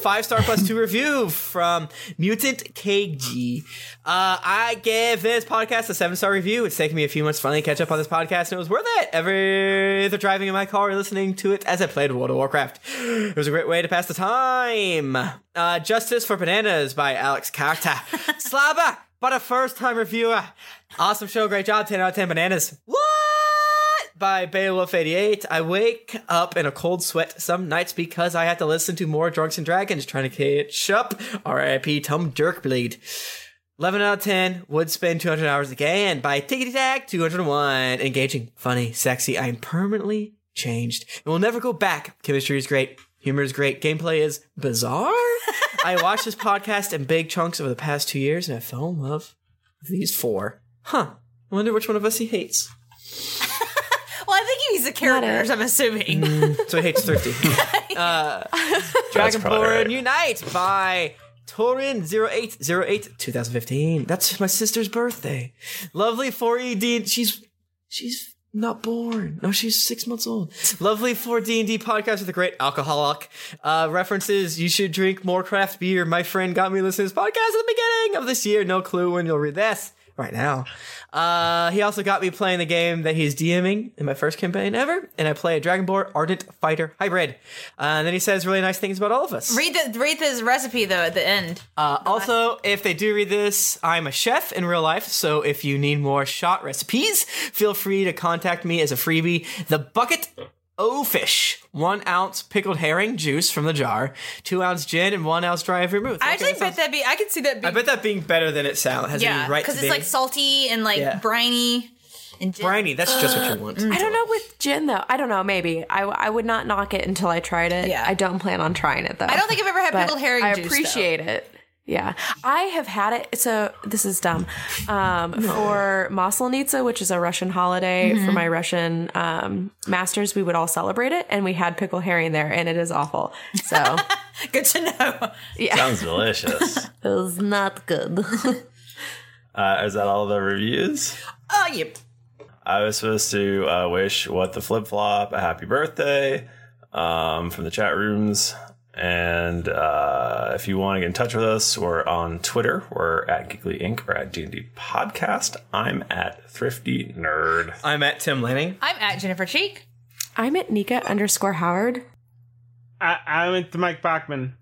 E: Five star plus two review from Mutant KG. Uh, I give this podcast a seven star review. It's taken me a few months to finally catch up on this podcast, and it was worth it. Ever either driving in my car or listening to it as I played World of Warcraft. It was a great way to pass the time. Uh, Justice for Bananas by Alex Carter. Slabba, but a first time reviewer. Awesome show. Great job. 10 out of 10 bananas. What? by Beowulf88. I wake up in a cold sweat some nights because I had to listen to more Drunks and Dragons trying to catch up. RIP Tom Dirkbleed. 11 out of 10 would spend 200 hours again by Tickety Tack 201. Engaging, funny, sexy. I am permanently changed and will never go back. Chemistry is great. Humor is great. Gameplay is bizarre. I watched this podcast in big chunks over the past two years and I fell in love with these four. Huh. I wonder which one of us he hates.
D: Well, I think he's the characters, I'm assuming.
E: Mm, So he hates Thrifty. uh,
D: probably
E: Dragonborn
D: right.
E: Unite by Torin0808 2015. That's my sister's birthday. Lovely 4ED. She's she's not born. No, she's six months old. Lovely 4D&D podcast with a great alcoholic. Uh, references, you should drink more craft beer. My friend got me listening to this podcast at the beginning of this year. No clue when you'll read this. Right now. Uh, he also got me playing the game that he's DMing in my first campaign ever, and I play a Dragonborn Ardent Fighter Hybrid. Uh, and then he says really nice things about all of us.
D: Read the read this recipe though at the end.
E: Uh, also, if they do read this, I'm a chef in real life, so if you need more shot recipes, feel free to contact me as a freebie. The bucket o fish, one ounce pickled herring juice from the jar, two ounce gin, and one ounce dry vermouth.
D: I actually bet that be I could see that be
E: I bet that being better than it sounds has
D: yeah
E: any right to
D: because
E: be.
D: it's like salty and like
E: Yeah.
D: briny and gin. Mm.
E: briny. That's just what you want.
C: I don't know with gin though. I don't know. Maybe I, I would not knock it until I tried it. Yeah. I don't plan on trying it though.
D: I don't think I've ever had
C: But
D: pickled herring
C: I
D: juice, though.
C: appreciate it. Yeah, I have had it. So this is dumb. Um, For Maslenitsa, which is a Russian holiday for
D: Mm-hmm.
J: Mhm.
C: my Russian um, masters, we would all celebrate it, and we had pickled herring there, and it is awful. So
D: good to know.
C: Yeah,
A: Sounds delicious.
C: it was not good.
A: Uh, is that all the reviews?
D: Oh
E: uh,
D: yep.
A: I was supposed to uh, wish what the flip flop a happy birthday um, from the chat rooms. And uh, if you want to get in touch with us, we're on Twitter. We're at Geekly Inc. or at D&D Podcast. I'm at Thrifty Nerd.
E: I'm at Tim Lanning.
D: I'm at Jennifer Cheek.
C: I'm at Nika underscore Howard.
H: I, I'm at the Mike Bachman.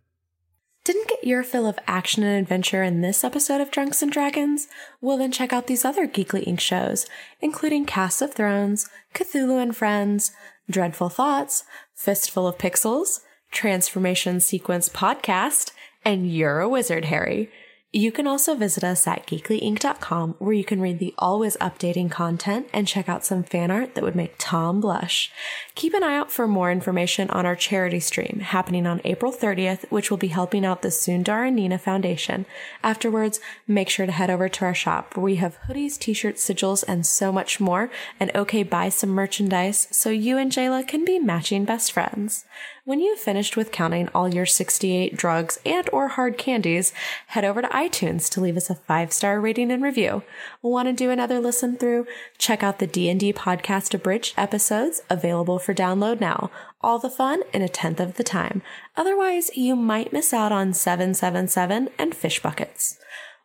C: Didn't get your fill of action and adventure in this episode of Drunks and Dragons? Well, then check out these other Geekly Inc. shows, including Cast of Thrones, Cthulhu and Friends, Dreadful Thoughts, Fistful of Pixels, Transformation Sequence Podcast, and You're a Wizard, Harry. You can also visit us at geeklyinc.com where you can read the always updating content and check out some fan art that would make Tom blush. Keep an eye out for more information on our charity stream happening on April 30th, which will be helping out the Sundar and Nina Foundation. Afterwards, make sure to head over to our shop where we have hoodies, t-shirts, sigils, and so much more. And okay, buy some merchandise so you and Jayla can be matching best friends. When you've finished with counting all your 68 drugs and or hard candies, head over to iTunes to leave us a 5-star rating and review. Want to do another listen through? Check out the D&D podcast abridged episodes available for download now. All the fun in a tenth of the time. Otherwise, you might miss out on 777 and fish buckets.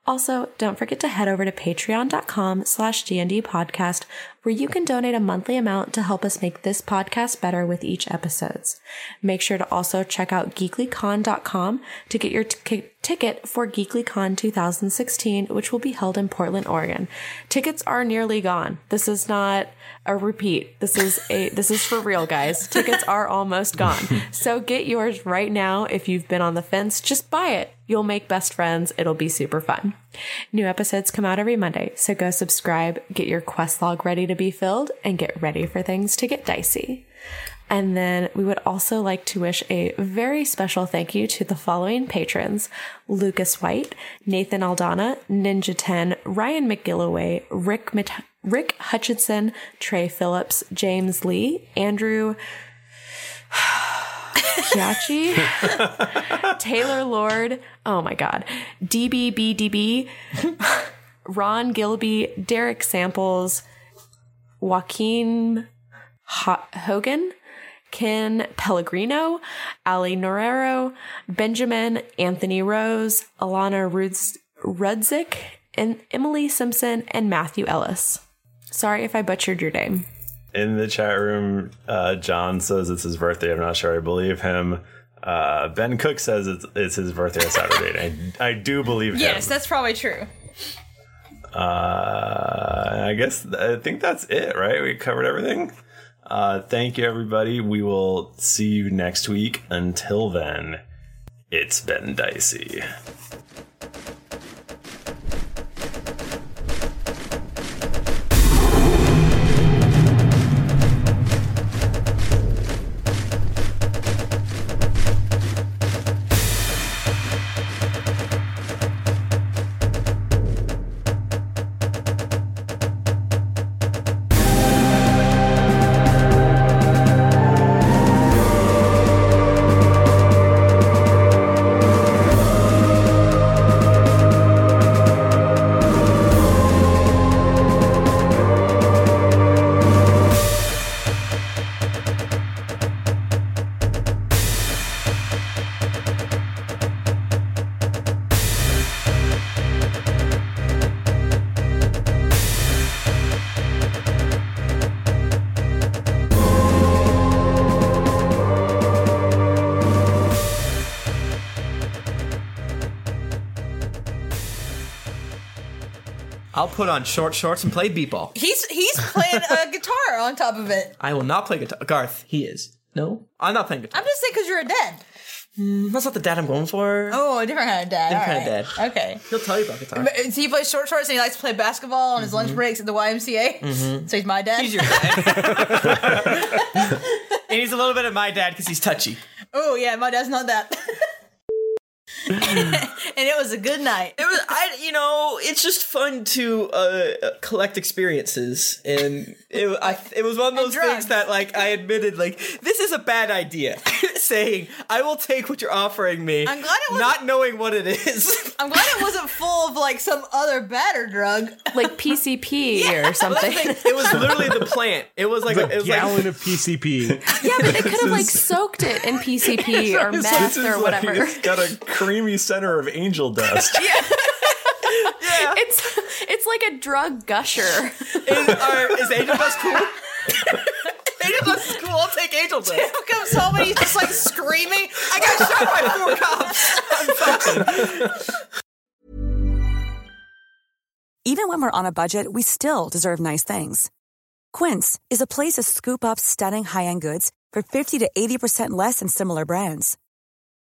C: Also, don't forget to head over to patreon.com slash D&D podcast where you can donate a monthly amount to help us make this podcast better with each episodes. Make sure to also check out geeklycon.com to get your t- ticket for GeeklyCon 2016, which will be held in Portland, Oregon. Tickets are nearly gone. This is not a repeat. This is a this is for real, guys. Tickets are almost gone. So get yours right now if you've been on the fence. Just buy it. You'll make best friends. It'll be super fun. New episodes come out every Monday, so go subscribe, get your quest log ready to be filled, and get ready for things to get dicey. And then we would also like to wish a very special thank you to the following patrons Lucas White, Nathan Aldana, Ninja 10, Ryan McGilloway, Rick, Mit- Rick Hutchinson, Trey Phillips, James Lee, Andrew Kiachi, Taylor Lord, oh my God, DBBDB, Ron Gilby, Derek Samples, Joaquin Ho- Hogan, Ken Pellegrino, Ali Norero, Benjamin Anthony Rose, Alana Rudz- Rudzik, and Emily Simpson and Matthew Ellis. Sorry if I butchered your name.
A: In the chat room, uh, John says it's his birthday. I'm not sure I believe him. Uh, ben Cook says it's, it's his birthday on Saturday. I, I do believe
D: Yes,
A: him.
D: that's probably true.
A: Uh, I guess I think that's it, right? We covered everything. Uh, thank you, everybody. We will see you next week. Until then, it's been dicey.
E: I'll put on short shorts and play b-ball.
D: He's he's playing a guitar on top of it.
E: I will not play guitar. Garth, he is. No, I'm not playing guitar.
D: I'm just saying because you're a dad.
E: Mm, That's not the dad I'm going for.
D: Oh, a different kind of dad.
E: Different
D: All
E: kind of
D: right. Okay.
E: He'll tell you about guitar.
D: But- uh, So he plays short shorts and he likes to play basketball on his
E: Mm-hmm.
D: lunch breaks at the YMCA.
E: Mhm.
D: So he's my dad. He's your
E: and he's a little bit of my dad because he's touchy.
D: oh yeah, my dad's not that. and it was a good night.
E: It was I you know, it's just fun to uh, collect experiences and it I, it was one of those things that like I admitted like this is a bad idea saying I will take what you're offering me
D: I'm glad it wasn't-
E: not knowing what it is.
D: I'm glad it wasn't full of like some other batter drug,
C: like PCP or something.
E: it was literally the plant. It was like it was
B: gallon
E: like
B: of PCP.
C: Yeah, but they could have like soaked it in PCP or
A: This
C: meth
A: is
C: or
A: like-
C: whatever.
A: it's got a creamy center of angel dust.
C: It's it's like a drug gusher.
E: is, are, is Angel Dust cool?
D: Angel Dust is cool. I'll take Angel Dust. Tim comes home and he's just like screaming, I got shot by four cops.
M: Even when we're on a budget, we still deserve nice things. Quince is a place to scoop up stunning high end goods for 50 to 80% less than similar brands.